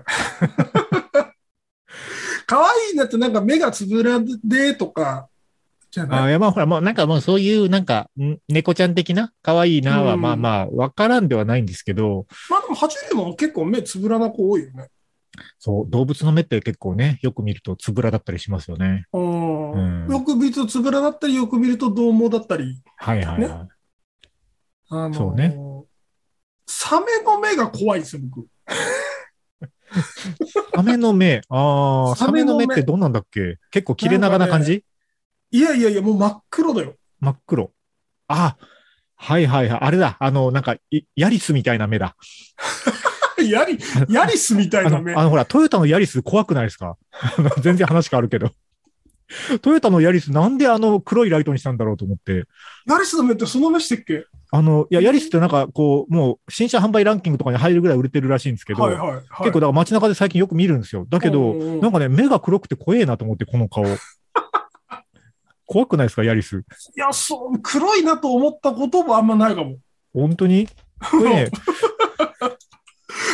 Speaker 3: 可愛いなってなんか目がつぶらでとか、じゃ
Speaker 2: あ
Speaker 3: ない。
Speaker 2: あいや、まあ、ほら、もうなんかもうそういう、なんか、ん猫ちゃん的な、可愛いな
Speaker 3: う
Speaker 2: は、
Speaker 3: ん
Speaker 2: まあまあ、わからんではないんですけど、
Speaker 3: まあでも爬虫類も結構目つぶらな子多いよね。
Speaker 2: そう、動物の目って結構ね、よく見るとつぶらだったりしますよね。
Speaker 3: うん
Speaker 2: うん
Speaker 3: よく見るとつぶらだったり、よく見るとどう猛だったり。
Speaker 2: はいはいはい。
Speaker 3: あのー
Speaker 2: そうね
Speaker 3: サメの目が怖いんですよ、僕。
Speaker 2: サメの目、ああ、サ
Speaker 3: サ
Speaker 2: メ
Speaker 3: メ
Speaker 2: の
Speaker 3: の目
Speaker 2: 目ってどうなんだっけ結構切れ長な感じ
Speaker 3: いやいやいや、もう真っ黒だよ。
Speaker 2: 真っ黒。あ、はいはいはい。あれだ。あの、なんか、いヤリスみたいな目だ。
Speaker 3: ヤリ、ヤリスみたい
Speaker 2: あ
Speaker 3: な
Speaker 2: の
Speaker 3: 目。、
Speaker 2: あのほら、トヨタのヤリス怖くないですか あの全然話変わるけど。 トヨタのヤリス、なんであの黒いライトにしたんだろうと思って。
Speaker 3: ヤリスの目ってその目してっけ
Speaker 2: あの、いや、ヤリスってなんか、こう、もう、新車販売ランキングとかに入るぐらい売れてるらしいんですけど、
Speaker 3: はいはいはい。結
Speaker 2: 結構、だから街中で最近よく見るんですよ。だけど、なんかね、目が黒くて怖えなと思って、こ の顔。怖くないですか、ヤリス。
Speaker 3: いや、そう、黒いなと思ったこともあんまないかも。
Speaker 2: 本当 にこれね、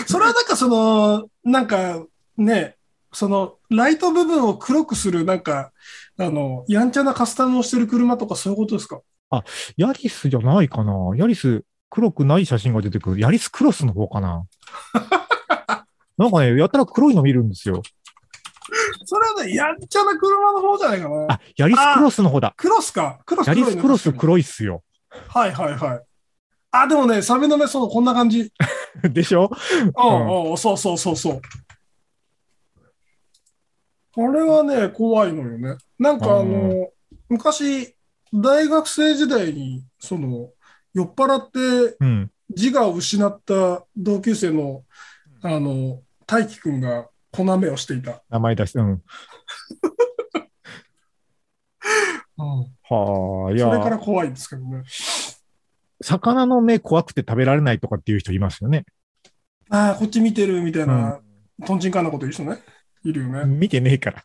Speaker 3: それはなんかその、 なんかね、その、ライト部分を黒くする、なんか、あの、やんちゃなカスタムをしてる車とかそういうことですか
Speaker 2: ヤリスじゃないかなヤリス、黒くない写真が出てくる。ヤリスクロスの方か ななんかね、やたら黒いの見るんですよ。
Speaker 3: それはね、やんちゃな車の方じゃないかな。
Speaker 2: あ、ヤリスクロスの方だ。
Speaker 3: クロスか。クロス
Speaker 2: ヤ
Speaker 3: 黒い
Speaker 2: リ
Speaker 3: ね
Speaker 2: スクロス黒いっすよ。
Speaker 3: はいはいはい。あ、でもね、サメの目、そう、こんな感じ。
Speaker 2: でしょ
Speaker 3: うんうん、そうそうそうそう。これはね、怖いのよね。なんかあの、昔、大学生時代に、その、酔っ払って
Speaker 2: うん。
Speaker 3: 自我を失った同級生の、あの、大輝くんが粉目をしていた。
Speaker 2: 名前出して、うん。はあ、い
Speaker 3: それか
Speaker 2: や、
Speaker 3: ら怖いんですけどね。
Speaker 2: 魚の目怖くて食べられないとかっていう人いますよね。
Speaker 3: ああ、こっち見てるみたいな、
Speaker 2: う
Speaker 3: とんちんかんなこと言う人ね。いるよね。
Speaker 2: ん見てねえから。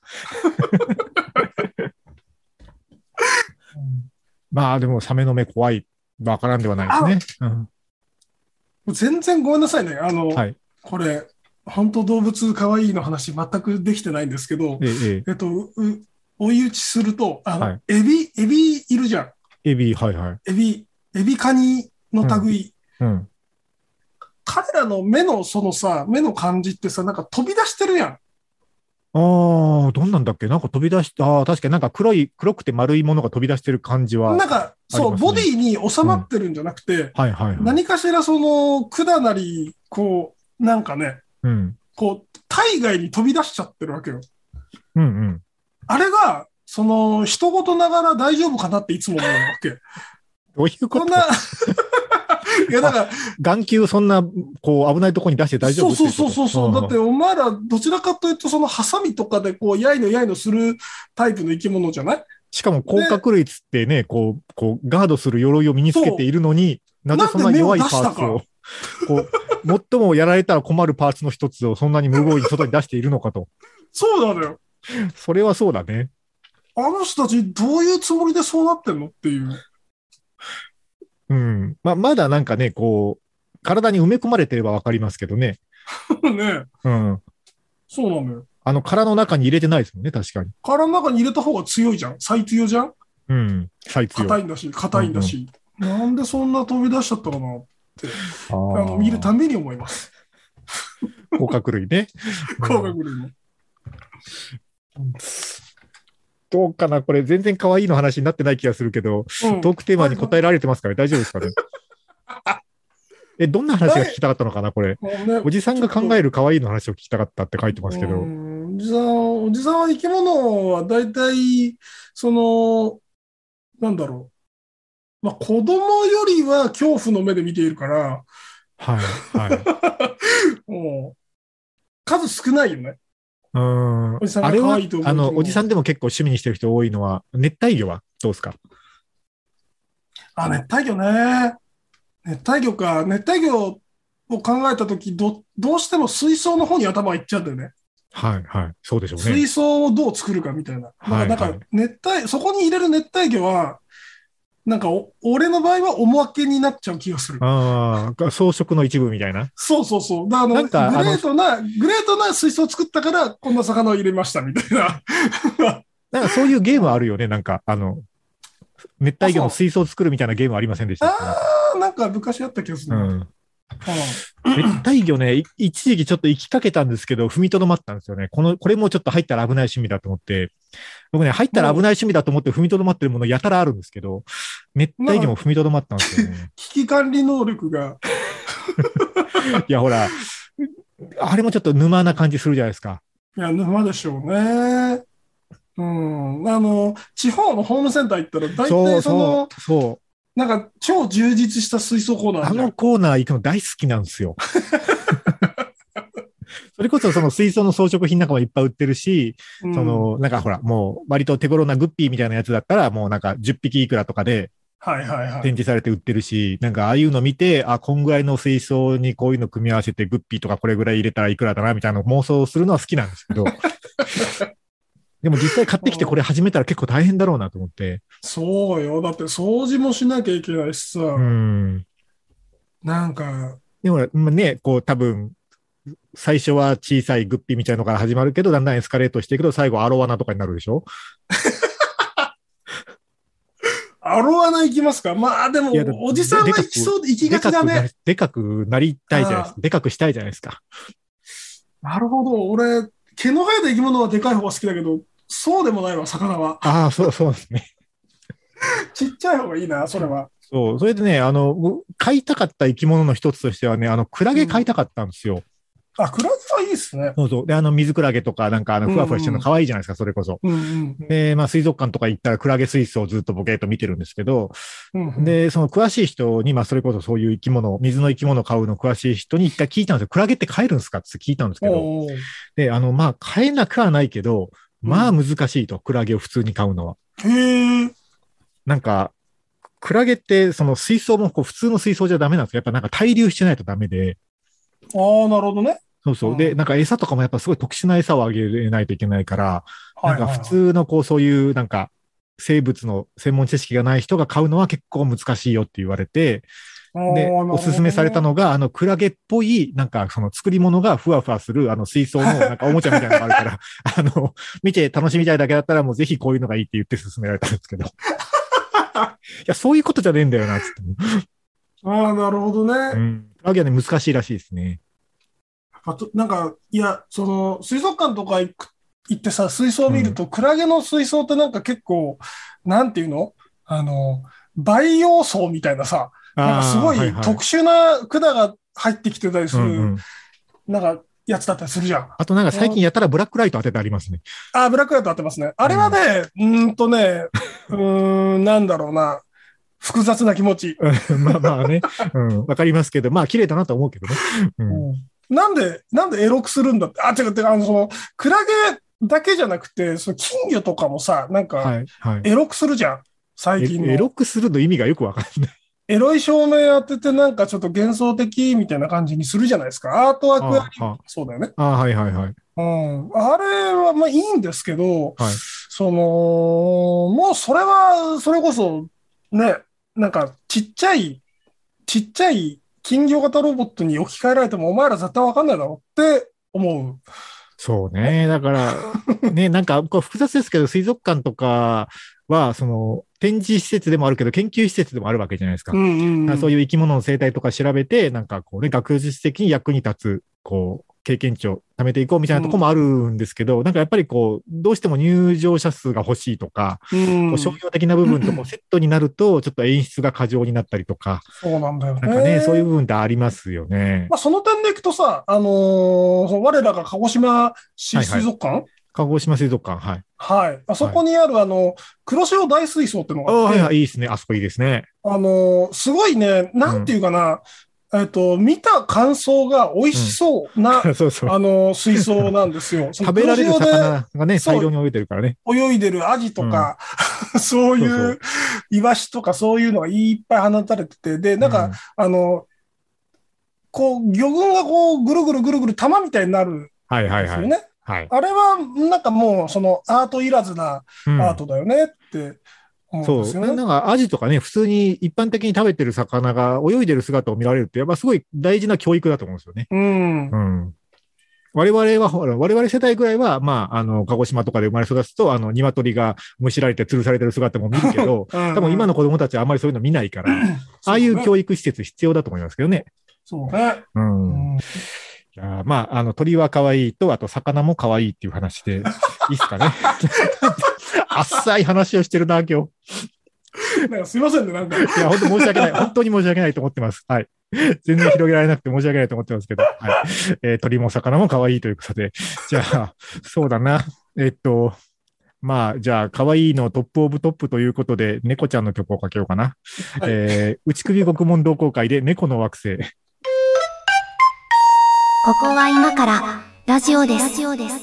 Speaker 2: まあ、でもサメの目怖い。わからんではないですね。うん
Speaker 3: 全然ごめんなさいね。あの、
Speaker 2: はい
Speaker 3: これ、本当動物可愛いの話全くできてないんですけど、
Speaker 2: ええ、
Speaker 3: えっと、う追い打ちすると、あの、
Speaker 2: はい
Speaker 3: エビ、エビいるじゃん。
Speaker 2: ええ、エビ、はいはい。
Speaker 3: エビ、エビカニの類。
Speaker 2: うん。
Speaker 3: 彼らの目のそのさ、目の感じってさ、なんか飛び出してるやん。
Speaker 2: ああ、どんなんだっけなんか飛び出して、ああ、確かになんか黒い、黒くて丸いものが飛び出してる感じは。
Speaker 3: なんか、そう、
Speaker 2: ありますね
Speaker 3: ボディに収まってるんじゃなくて、
Speaker 2: はいはいはい。
Speaker 3: 何かしらその管なり、こう、なんかね、
Speaker 2: うん。
Speaker 3: こう、体外に飛び出しちゃってるわけよ。
Speaker 2: うんうん。
Speaker 3: あれが、その、人事ながら大丈夫かなっていつも思うわけ。
Speaker 2: どういうこ
Speaker 3: ことんな、いや、だから、
Speaker 2: 眼球そんな、こう、危ないとこに出して大丈夫
Speaker 3: そうそうそうそうそう。だって、
Speaker 2: ん
Speaker 3: お前ら、どちらかというと、その、ハサミとかで、こう、やいのやいのするタイプの生き物じゃない
Speaker 2: しかも、甲殻類っつってね、こう、こう、ガードする鎧を身につけているのに、なぜそんな弱いパーツを、こう、最もやられたら困るパーツの一つをそんなに無防備に外に出しているのかと。
Speaker 3: そうなのよ。
Speaker 2: それはそうだね。
Speaker 3: あの人たち、どういうつもりでそうなってんのっていう。
Speaker 2: うん。まあ、まだなんかね、こう、体に埋め込まれてればわかりますけどね。
Speaker 3: ね。
Speaker 2: うん。
Speaker 3: そうなのよ。
Speaker 2: あの、殻の中に入れてないですもんね、確かに。
Speaker 3: 殻の中に入れた方が強いじゃん。最強じゃん
Speaker 2: うん。最強。
Speaker 3: 硬いんだし、硬いんだし。なんでそんな飛び出しちゃったかな
Speaker 2: あ
Speaker 3: あの、見るために思います。
Speaker 2: 甲殻類ね。
Speaker 3: 甲殻類の。
Speaker 2: どうかなこれ全然可愛いの話になってない気がするけど、
Speaker 3: うん
Speaker 2: トークテーマに答えられてますから大丈夫ですか ねえ、どんな話が聞きたかったのかなこれ。
Speaker 3: もうね
Speaker 2: おじさんが考える可愛いの話を聞きたかったって書いてますけ
Speaker 3: う
Speaker 2: ど。
Speaker 3: んおじさん、おじさんは生き物は大体、その、なんだろう。まあ、子供よりは恐怖の目で見ているから、
Speaker 2: はい。 はい。
Speaker 3: もう、数少ないよね。
Speaker 2: う
Speaker 3: おじさ
Speaker 2: ーん。
Speaker 3: んが
Speaker 2: あれ
Speaker 3: 可
Speaker 2: は
Speaker 3: 愛いと思う、人
Speaker 2: あの、
Speaker 3: も
Speaker 2: おじさんでも結構趣味にしてる人多いのは、熱帯魚はどうですか
Speaker 3: あ、熱帯魚ね。熱帯魚か。熱帯魚を考えたとき、ど、どうしても水槽の方に頭がいっちゃうんだよね。
Speaker 2: はい、はい。そうでしょうね。
Speaker 3: 水槽をどう作るかみたいな。
Speaker 2: はいはい
Speaker 3: だから、なんか熱帯、そこに入れる熱帯魚は、なんかお、俺の場合はおまけになっちゃう気がする。
Speaker 2: ああ、装飾の一部みたいな。
Speaker 3: そうそうそう。だからあの
Speaker 2: なんかあの
Speaker 3: グレートな、グレートな水槽を作ったから、こんな魚を入れましたみたいな。
Speaker 2: なんかそういうゲームあるよね。なんか、あの、熱帯魚の水槽を作るみたいなゲームありませんでしたっけ
Speaker 3: あーなんか昔あった気がす
Speaker 2: う
Speaker 3: るな。うん
Speaker 2: ん。熱帯魚ね、い一時期ちょっと行きかけたんですけど、踏みとどまったんですよね。この、これもちょっと入ったら危ない趣味だと思って、僕ね、入ったら危ない趣味だと思って踏みとどまってるものやたらあるんですけど、熱帯魚も踏みとどまったんですよね。
Speaker 3: 危機管理能力が、
Speaker 2: いや、ほら、あれもちょっと沼な感じするじゃないですか。
Speaker 3: いや、沼でしょうね。うん。あの、地方のホームセンター行ったら、大
Speaker 2: そ
Speaker 3: 体
Speaker 2: う
Speaker 3: その、
Speaker 2: そう、そ
Speaker 3: なんか超充実した水槽コー
Speaker 2: う。
Speaker 3: ナーあ
Speaker 2: あ
Speaker 3: るじゃん
Speaker 2: のコーナー行くの大好きなんですよ。それこそその水槽の装飾品なんかもいっぱい売ってるし、
Speaker 3: うん
Speaker 2: その、なんかほら、もう割と手頃なグッピーみたいなやつだったら、もうなんか10匹いくらとかで、
Speaker 3: はいはいはい。
Speaker 2: 展示されて売ってるし、なんかああいうの見て、あ、こんぐらいの水槽にこういうの組み合わせてグッピーとかこれぐらい入れたらいくらだなみたいな妄想するのは好きなんですけど。でも実際買ってきてこれ始めたら結構大変だろうなと思って。
Speaker 3: そうよ。だって掃除もしなきゃいけないしさ、
Speaker 2: うん。
Speaker 3: なんか、
Speaker 2: でもまあね、こう多分、最初は小さいグッピーみたいなのから始まるけど、だんだんエスカレートしていくと最後アロワナとかになるでしょ
Speaker 3: アロワナ行きますかまあでも
Speaker 2: いやだ、
Speaker 3: おじさんは行きそうで、行きがちだ
Speaker 2: でかくな
Speaker 3: ね。
Speaker 2: でかくなりたいじゃないですか。でかくしたいじゃないですか。
Speaker 3: なるほど。俺、毛の生えた生き物はでかい方が好きだけど、そうでもないわ、魚は。
Speaker 2: ああ、そうそうですね。
Speaker 3: ちっちゃい方がいいな、それは。
Speaker 2: そう。それでね、あの、僕飼いたかった生き物の一つとしてはね、あの、クラゲ飼いたかったんですよ。
Speaker 3: あ、クラゲはいいですね。
Speaker 2: そうそう。で、あの、水クラゲとか、なんか、あの、ふわふわしてる
Speaker 3: うんうん
Speaker 2: の可愛いじゃないですか、それこそ。
Speaker 3: うんうん
Speaker 2: で、まあ、水族館とか行ったら、クラゲ水槽をずっとボケーっと見てるんですけど、
Speaker 3: うんうん。
Speaker 2: で、その詳しい人に、まあ、それこそそういう生き物、水の生き物を飼うの詳しい人に一回聞いたんですよ。クラゲって飼えるんですかって聞いたんですけど、
Speaker 3: おー
Speaker 2: で、あの、まあ、飼えなくはないけど、まあ、
Speaker 3: う
Speaker 2: 難しいと、クラゲを普通に飼うのは。
Speaker 3: へえ。
Speaker 2: なんか、クラゲって、その水槽もこう普通の水槽じゃダメなんですよ。やっぱなんか対流してないとダメで、
Speaker 3: ああ、なるほどね。
Speaker 2: そうそうう。
Speaker 3: ん
Speaker 2: で、なんか餌とかもやっぱすごい特殊な餌をあげないといけないから、
Speaker 3: はい、
Speaker 2: なん
Speaker 3: は
Speaker 2: か
Speaker 3: い。
Speaker 2: 普通のこうそういうなんか生物の専門知識がない人が買うのは結構難しいよって言われて、で、おすすめされたのが、あの、クラゲっぽい、なんか、その作り物がふわふわする、あの、水 槽の、なんか、おもちゃみたいなのがあるから、あの、見て楽しみたいだけだったら、もうぜひこういうのがいいって言って勧められたんです けど。いや、そういうことじゃねえんだよな、つって。
Speaker 3: ああ、なるほど
Speaker 2: う
Speaker 3: ね。
Speaker 2: ん。クラゲはね、難しいらしいですね。
Speaker 3: あと、なんか、いや、その、水族館とか行く行ってさ、水槽見ると、クラゲの水槽ってなんか結構、なんていうのあの、培養層みたいなさ、なんかすごい
Speaker 2: あーはは
Speaker 3: 特殊な管が入ってきてたりす
Speaker 2: うんう
Speaker 3: る、
Speaker 2: ん。
Speaker 3: なんか、やつだったりするじゃん。
Speaker 2: あとなんか最近やたらブラックライト当ててありますね。
Speaker 3: あ、ブラックライト合ってますね。あれはね、うーんとね、 うーん、なんだろうな、複雑な気持ち。
Speaker 2: まあまあね。うん。わかりますけど、まあ綺麗だなとは思うけどね。うん。
Speaker 3: なんで、なんでエロくするんだって。あ、違う、違う、あの、その、クラゲだけじゃなくて、その金魚とかもさ、なんか、
Speaker 2: はい。はい。
Speaker 3: エロくするじゃん。最近の
Speaker 2: エロくするの意味がよくわかんない。
Speaker 3: エロい照明当てて、なんかちょっと幻想的みたいな感じにするじゃないですか。アートワークは
Speaker 2: ああ
Speaker 3: そうだよね。
Speaker 2: ああ、はいはいはい。
Speaker 3: うん。あれはまあいいんですけど、
Speaker 2: はい
Speaker 3: その、もうそれは、それこそ、ね、なんかちっちゃい、ちっちゃい金魚型ロボットに置き換えられても、お前ら絶対わかんないだろって思う。
Speaker 2: そう ね。だから、ね、なんか、こう複雑ですけど、水族館とかは、その、展示施設でもあるけど、研究施設でもあるわけじゃないですか。
Speaker 3: んうん
Speaker 2: だからそう
Speaker 3: い
Speaker 2: いう生き物の生態とか調べて、なんかこうね、学術的に役に立つ、こう、経験値を貯めていこうみたいなとこもあるんですけど、なんかやっぱりこう、どうしても入場者数が欲しいとか、
Speaker 3: う、ん
Speaker 2: こう商業的な部分ともセットになると、ちょっと演出が過剰になったりとか、
Speaker 3: そうなんだよね。
Speaker 2: なんかね、そういう部分ってありますよね。
Speaker 3: まあ、その点でいくとさ、あのーその我らが鹿児島市水族館、はい
Speaker 2: 鹿児島水族館、はい。
Speaker 3: あそこにあるあの、黒潮大水槽っての
Speaker 2: あ
Speaker 3: が
Speaker 2: あ、
Speaker 3: あっ
Speaker 2: は
Speaker 3: て、
Speaker 2: いはい、いいですね。あそこいいですね。
Speaker 3: あのーすごいね、なんていうかな、えっと、見た感想が美味しそうな、
Speaker 2: そうそう。
Speaker 3: あのー水槽なんで すよ。その
Speaker 2: 食べられる
Speaker 3: 黒潮
Speaker 2: 魚がね、
Speaker 3: そう
Speaker 2: 大量に泳いでるからね。
Speaker 3: で泳いでるアジとか、 そういう
Speaker 2: そう
Speaker 3: イワシとかそういうのがいっぱい放たれてて、で、なんか、
Speaker 2: う
Speaker 3: あのーこう、魚群がこう、ぐるぐるぐるぐる玉みたいになるん
Speaker 2: はいはい
Speaker 3: です
Speaker 2: は
Speaker 3: よね。
Speaker 2: い。はい。
Speaker 3: あれは、なんかもう、そのアートいらずな
Speaker 2: うん
Speaker 3: アートだよねって思うん
Speaker 2: そ
Speaker 3: です
Speaker 2: う。
Speaker 3: よね。
Speaker 2: なんか、アジとかね、普通に一般的に食べてる魚が泳いでる姿を見られるって、やっぱすごい大事な教育だと思うんですよね。
Speaker 3: うん、
Speaker 2: う。ん。我々は、ほら、我々世代ぐらいは、まあ、あの、鹿児島とかで生まれ育つと、あの、鶏がむしられて吊るされてる姿も見るけど
Speaker 3: 多
Speaker 2: 多分今の子供たちはあまりそういうの見ないから、ああいう
Speaker 3: 育。
Speaker 2: 教育施設必要だと思いますけどね。
Speaker 3: そうね。
Speaker 2: うん。
Speaker 3: うん
Speaker 2: いやーまあ、あの、鳥は可愛いと、あと、魚も可愛いっていう話で、いいっす かね。浅い話をしてるな、今日。
Speaker 3: なんかすいませんね、なんか。
Speaker 2: いや、本当申し訳ない。本当に申し訳ないと思ってます。はい。全然広げられなくて申し訳ないと思ってますけど、はい。えー鳥も魚も可愛いということで、じゃあ、そうだな。えっと、まあ、じゃあ、可愛いのトップオブトップということで、猫ちゃんの曲をかけようかな。
Speaker 3: はい
Speaker 2: えー、内首獄門同好会で猫の惑星。
Speaker 1: ここは今からラジオです。ラジオです。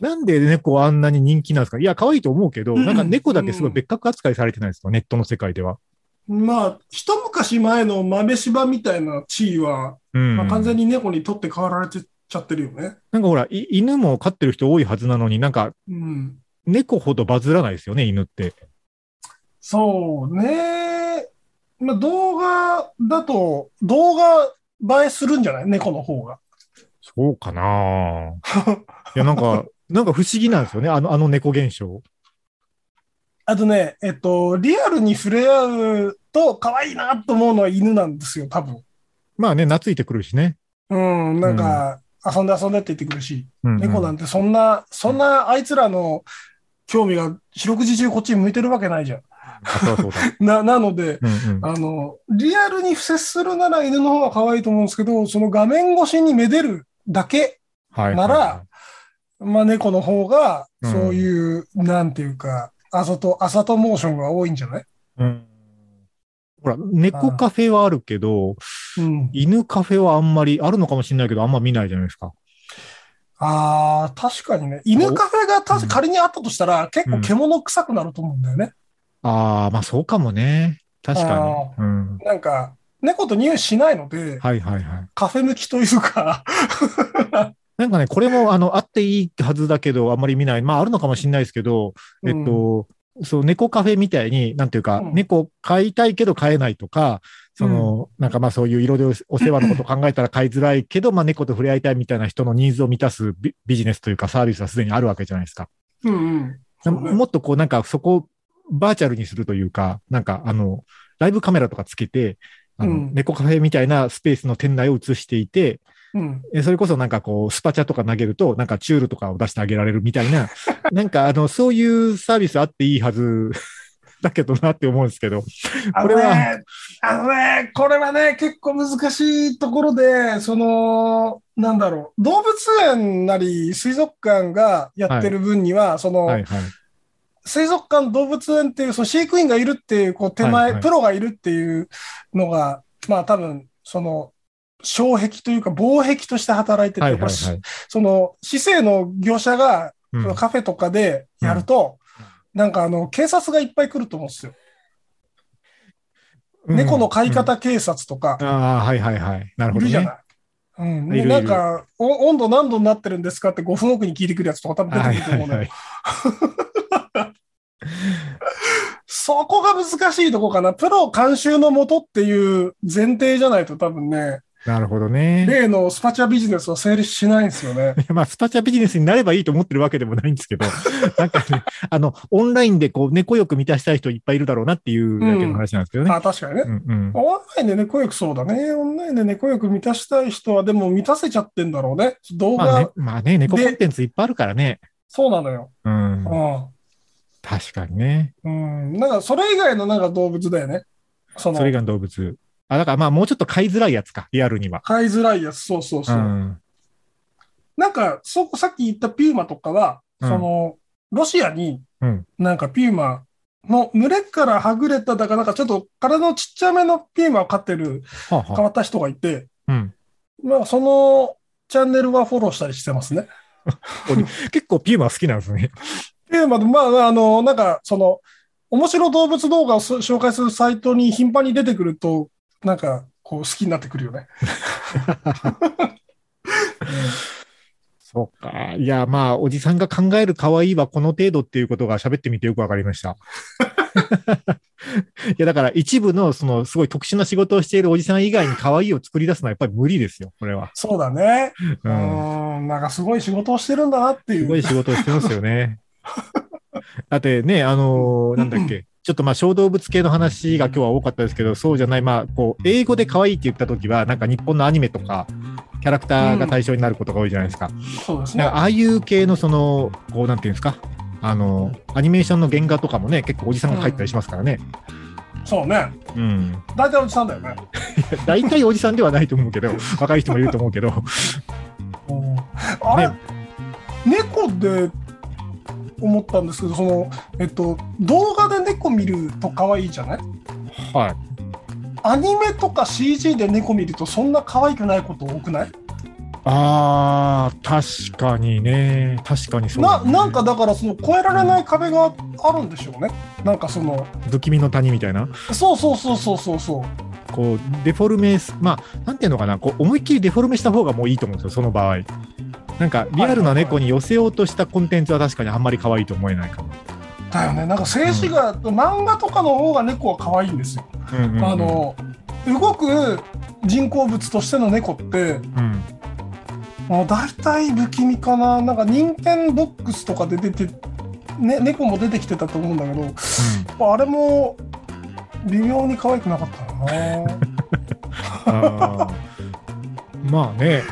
Speaker 2: なんで猫はあんなに人気なんですかいや、可愛いと思うけど、
Speaker 3: うん
Speaker 2: なんか猫だけすごい別格扱いされてないですか、ネットの世界では。
Speaker 3: まあ、一昔前の豆柴みたいな地位は、
Speaker 2: うん。
Speaker 3: まあ、完全
Speaker 2: に。
Speaker 3: に猫に取って代わられてちゃってるよね。
Speaker 2: なんかほら、い犬も飼ってる人多いはずなのに、なんか
Speaker 3: うん。
Speaker 2: 猫ほどバズらないですよね、犬って。
Speaker 3: そうね。まあ、動画だと、動画映えするんじゃない猫の方が。
Speaker 2: そうかな いや、なんか、なんか不思議なんですよね、あの、あの猫現象。
Speaker 3: あとね、えっと、リアルに触れ合うと可愛いなと思うのは犬なんですよ、多分。
Speaker 2: まあね、懐いてくるしね。
Speaker 3: うん、なんか、遊んで遊んでって言ってくるし、
Speaker 2: うんうん
Speaker 3: 猫なんてそんな、そんなあいつらの興味が四六時中こっちに向いてるわけないじゃん。
Speaker 2: あそうだそうだ。
Speaker 3: な、なので、
Speaker 2: うんうん。
Speaker 3: あの、リアルに不接するなら犬の方が可愛いと思うんですけど、その画面越しにめでるだけ、
Speaker 2: はい。
Speaker 3: なら、まあ猫の方が、
Speaker 2: うん
Speaker 3: そういう、なんていうか、あざと、あざとモーションが多いんじゃない
Speaker 2: うん。ほら、猫カフェはあるけど、
Speaker 3: うん。
Speaker 2: 犬カフェはあんまり、あるのかもしれないけど、あんま見ないじゃないですか。
Speaker 3: ああ、確かにね。犬カフェが確
Speaker 2: うん
Speaker 3: か仮にあったとしたら、結構獣臭くなると思うんだよね。
Speaker 2: ああ、まあそうかもね。確かに。うん。
Speaker 3: なんか、猫と匂いしないので、
Speaker 2: はいはいはい。
Speaker 3: カフェ向きというか、
Speaker 2: なんかね、これも、あの、あっていいはずだけど、あんまり見ない。まああるのかもしれないですけど、えっと、そう、猫カフェみたいに、なんていうか、
Speaker 3: うん
Speaker 2: 猫飼いたいけど飼えないとか、その、なんかまあそういういろいろお世話のことを考えたら買いづらいけど、まあ猫と触れ合いたいみたいな人のニーズを満たすビビジネスというかサービスはすでにあるわけじゃないですか。
Speaker 3: うんうん。そうね
Speaker 2: もっとこうなんかそこをバーチャルにするというか、なんかあの、ライブカメラとかつけて、あの
Speaker 3: うん
Speaker 2: 猫カフェみたいなスペースの店内を映していて、
Speaker 3: うん。
Speaker 2: えそれこそなんかこう、スパチャとか投げると、なんかチュールとかを出してあげられるみたいな、 なんかあの、そういうサービスあっていいはず だけどなって思うんですけど。
Speaker 3: あ
Speaker 2: これ
Speaker 3: の
Speaker 2: は
Speaker 3: ね、あのね、これはね、結構難しいところで、その、なんだろう、動物園なり水族館がやってる分には、その、
Speaker 2: はいはい。
Speaker 3: 水族館、動物園っていう、その飼育員がいるっていう、こう手前、
Speaker 2: はいはい
Speaker 3: プロがいるっていうのが、まあ多分、その、障壁というか、防壁として働いてて、
Speaker 2: はいはい
Speaker 3: こ
Speaker 2: は
Speaker 3: れ
Speaker 2: い。
Speaker 3: その、市政の業者が、
Speaker 2: うん
Speaker 3: そのカフェとかでやると、なんかあの、警察がいっぱい来ると思うんですよ。猫の飼い。
Speaker 2: うん
Speaker 3: 方警察とか、
Speaker 2: ああ、はいはいはい。なる
Speaker 3: い
Speaker 2: ほど
Speaker 3: るじゃ
Speaker 2: ね
Speaker 3: な。い。うん、
Speaker 2: い
Speaker 3: で
Speaker 2: るいる
Speaker 3: なんかお、温度何度になってるんですかって5分おきに聞いてくるやつとか多分出
Speaker 2: は
Speaker 3: て
Speaker 2: い
Speaker 3: くると
Speaker 2: は
Speaker 3: 思
Speaker 2: いう
Speaker 3: のよ
Speaker 2: はい。
Speaker 3: そこが難しいとこかな。プロ監修のもとっていう前提じゃないと多分ね、
Speaker 2: なるほどね。
Speaker 3: 例のスパチャビジネスは成立しないんですよね。
Speaker 2: まあ、スパチャビジネスになればいいと思ってるわけでもないんですけど、なんかね、あの、オンラインでこう、猫欲満たしたい人いっぱいいるだろうなっていうだけの話なんですけどね。
Speaker 3: あ確かにね。
Speaker 2: うんうん。
Speaker 3: オンラインで猫欲そうだね。オンラインで猫欲満たしたい人はでも満たせちゃってんだろうね。動画、
Speaker 2: まあね、まあね、猫コンテンツいっぱいあるからね。
Speaker 3: そうなのよ。
Speaker 2: うん。
Speaker 3: うん。
Speaker 2: 確かにね。
Speaker 3: うん。なんかそれ以外のなんか動物だよね。その
Speaker 2: それ以外の動物。あ、だからまあもうちょっと飼いづらいやつか、リアルには。
Speaker 3: 飼いづらいやつ。そうそう
Speaker 2: う
Speaker 3: そう。
Speaker 2: ん。
Speaker 3: なんか、そこさっき言ったピューマとかは、
Speaker 2: うん
Speaker 3: その、ロシアに
Speaker 2: うん、
Speaker 3: なんかピューマの群れからはぐれただかなんかちょっと体のちっちゃめのピューマを飼ってる
Speaker 2: はあ
Speaker 3: 変
Speaker 2: は
Speaker 3: わった人がいて、
Speaker 2: あうん、
Speaker 3: まあそのチャンネルはフォローしたりしてますね。
Speaker 2: 結構ピューマ好きなんですね。
Speaker 3: ピューマで、まああの、なんかその、面白動物動画をす紹介するサイトに頻繁に出てくると、なんかこう好きになってくるよね。
Speaker 2: そうか。いや、まあ、おじさんが考える可愛いはこの程度っていうことが喋ってみてよくわかりました。 いや、だから一部の、その、すごい特殊な仕事をしているおじさん以外に可愛いを作り出すのはやっぱり無理ですよ、これは。
Speaker 3: そうだね。う
Speaker 2: うん。
Speaker 3: ーん、なんかすごい仕事をしてるんだなってい
Speaker 2: す
Speaker 3: う。
Speaker 2: ごい仕事をしてますよね。 だってね、あのーなんだっけ、ちょっとまあ小動物系の話が今日は多かったですけど、そうじゃない、まあ、こう、英語で可愛いって言った時は、なんか日本のアニメとか、キャラクターが対象になることが多いじゃないですか。
Speaker 3: そうです
Speaker 2: なん
Speaker 3: ね
Speaker 2: か。ああいう系の、その、こう、なんていうんですか、あのアニメーションの原画とかもね、結構おじさんが描いたりしますからね。
Speaker 3: そうね。
Speaker 2: うん。
Speaker 3: 大体おじさんだよね。
Speaker 2: 大体おじさんではないと思うけ ど、若い人もいると思うけど、
Speaker 3: あれ、猫で思ったんですけどその、えっと、動画で猫見ると可愛いじゃない
Speaker 2: はい。
Speaker 3: アニメとか CG で猫見るとそんな可愛くないこと多くない、
Speaker 2: あー、確かにね、確かにそうだ
Speaker 3: な
Speaker 2: ね、
Speaker 3: なんかだからその越えられない壁があるんでしょうねなんかその
Speaker 2: 不気味の谷みたいな、
Speaker 3: そうそうそうそうそうそう
Speaker 2: こう、デフォルメす、まあ、なんていうのかな、こう、思いっきりデフォルメした方がもういいと思うんですよ、その場合。なんか、リアルな猫に寄せようとしたコンテンツは確かにあんまり可愛いと思えないかも。
Speaker 3: だよねなんか静止画、漫画とかの方が猫は可愛いんですよ、
Speaker 2: うんうんうん
Speaker 3: あ、の動く人工物としての猫って
Speaker 2: うん、
Speaker 3: もう大体不気味かな。なんか、任天ボックスとかで出て、ね、猫も出てきてたと思うんだけど、あれも、微妙に可愛くなかった な。
Speaker 2: あーまあね。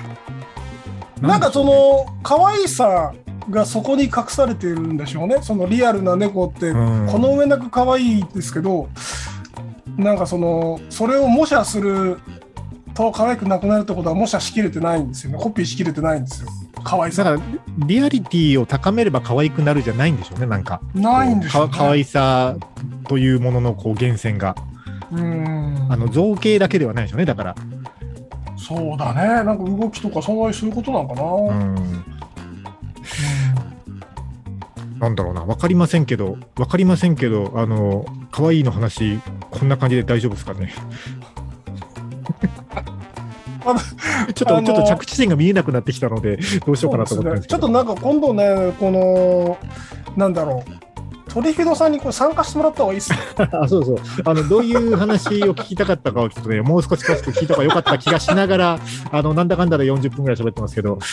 Speaker 3: なんかそ
Speaker 2: でしょ
Speaker 3: の、可愛さがそこに隠されているんでしょうね。そのリアルな猫って、
Speaker 2: うね、うん
Speaker 3: この上なく可愛いですけど、なんかその、それを模写すると可愛くなくなるってことは模写しきれてないんですよね。コピーしきれてないんですよ。可愛
Speaker 2: だ
Speaker 3: さ
Speaker 2: か
Speaker 3: が。
Speaker 2: ら、リアリティを高めれば可愛くなるじゃないんでしょうね、なんか。
Speaker 3: ないんでしょう、ね。
Speaker 2: か可愛さというものの、こう、源泉が。
Speaker 3: うん
Speaker 2: あの、造形だけではないでしょうね、だから。
Speaker 3: そうだね。なんか動きとかそんなにそういうことなのかな。
Speaker 2: うん。なんだろうな、わかりませんけど、わかりませんけど、あの、可愛いの話、こんな感じで大丈夫ですかね。 ちょっと、
Speaker 3: あの
Speaker 2: ちょっと着地点が見えなくなってきたので、どうしようかなと思ったんです
Speaker 3: ち
Speaker 2: け
Speaker 3: ょっ
Speaker 2: ど。
Speaker 3: となんか今度ね、この、なんだろう。トリフィドさんにこれ参加してもらった方がいいっすね。
Speaker 2: あそうそうあのどういう話を聞きたかったかをちょっとねもう少し詳しく聞いた方が良かった気がしながらあのなんだかんだで40分ぐらい喋ってますけど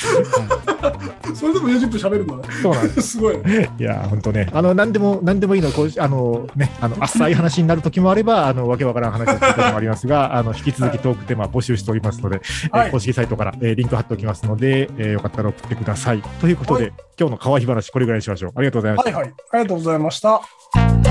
Speaker 3: それでも40分喋るのね。
Speaker 2: そうなんです
Speaker 3: すごい。
Speaker 2: いや本当ねあの何でも何でもいいのこうあのねあの浅い話になる時もあればあのわけわからん話の時もありますがあの引き続きトークテーマ募集しておりますので、えー
Speaker 3: はい
Speaker 2: 公式サイトから、えーリンク貼っておきますので、えーよかったら送ってくださいということで、今日の可愛い話これぐらいにしましょうありがとうございました
Speaker 3: はいはい。ありがとうございました。
Speaker 1: 「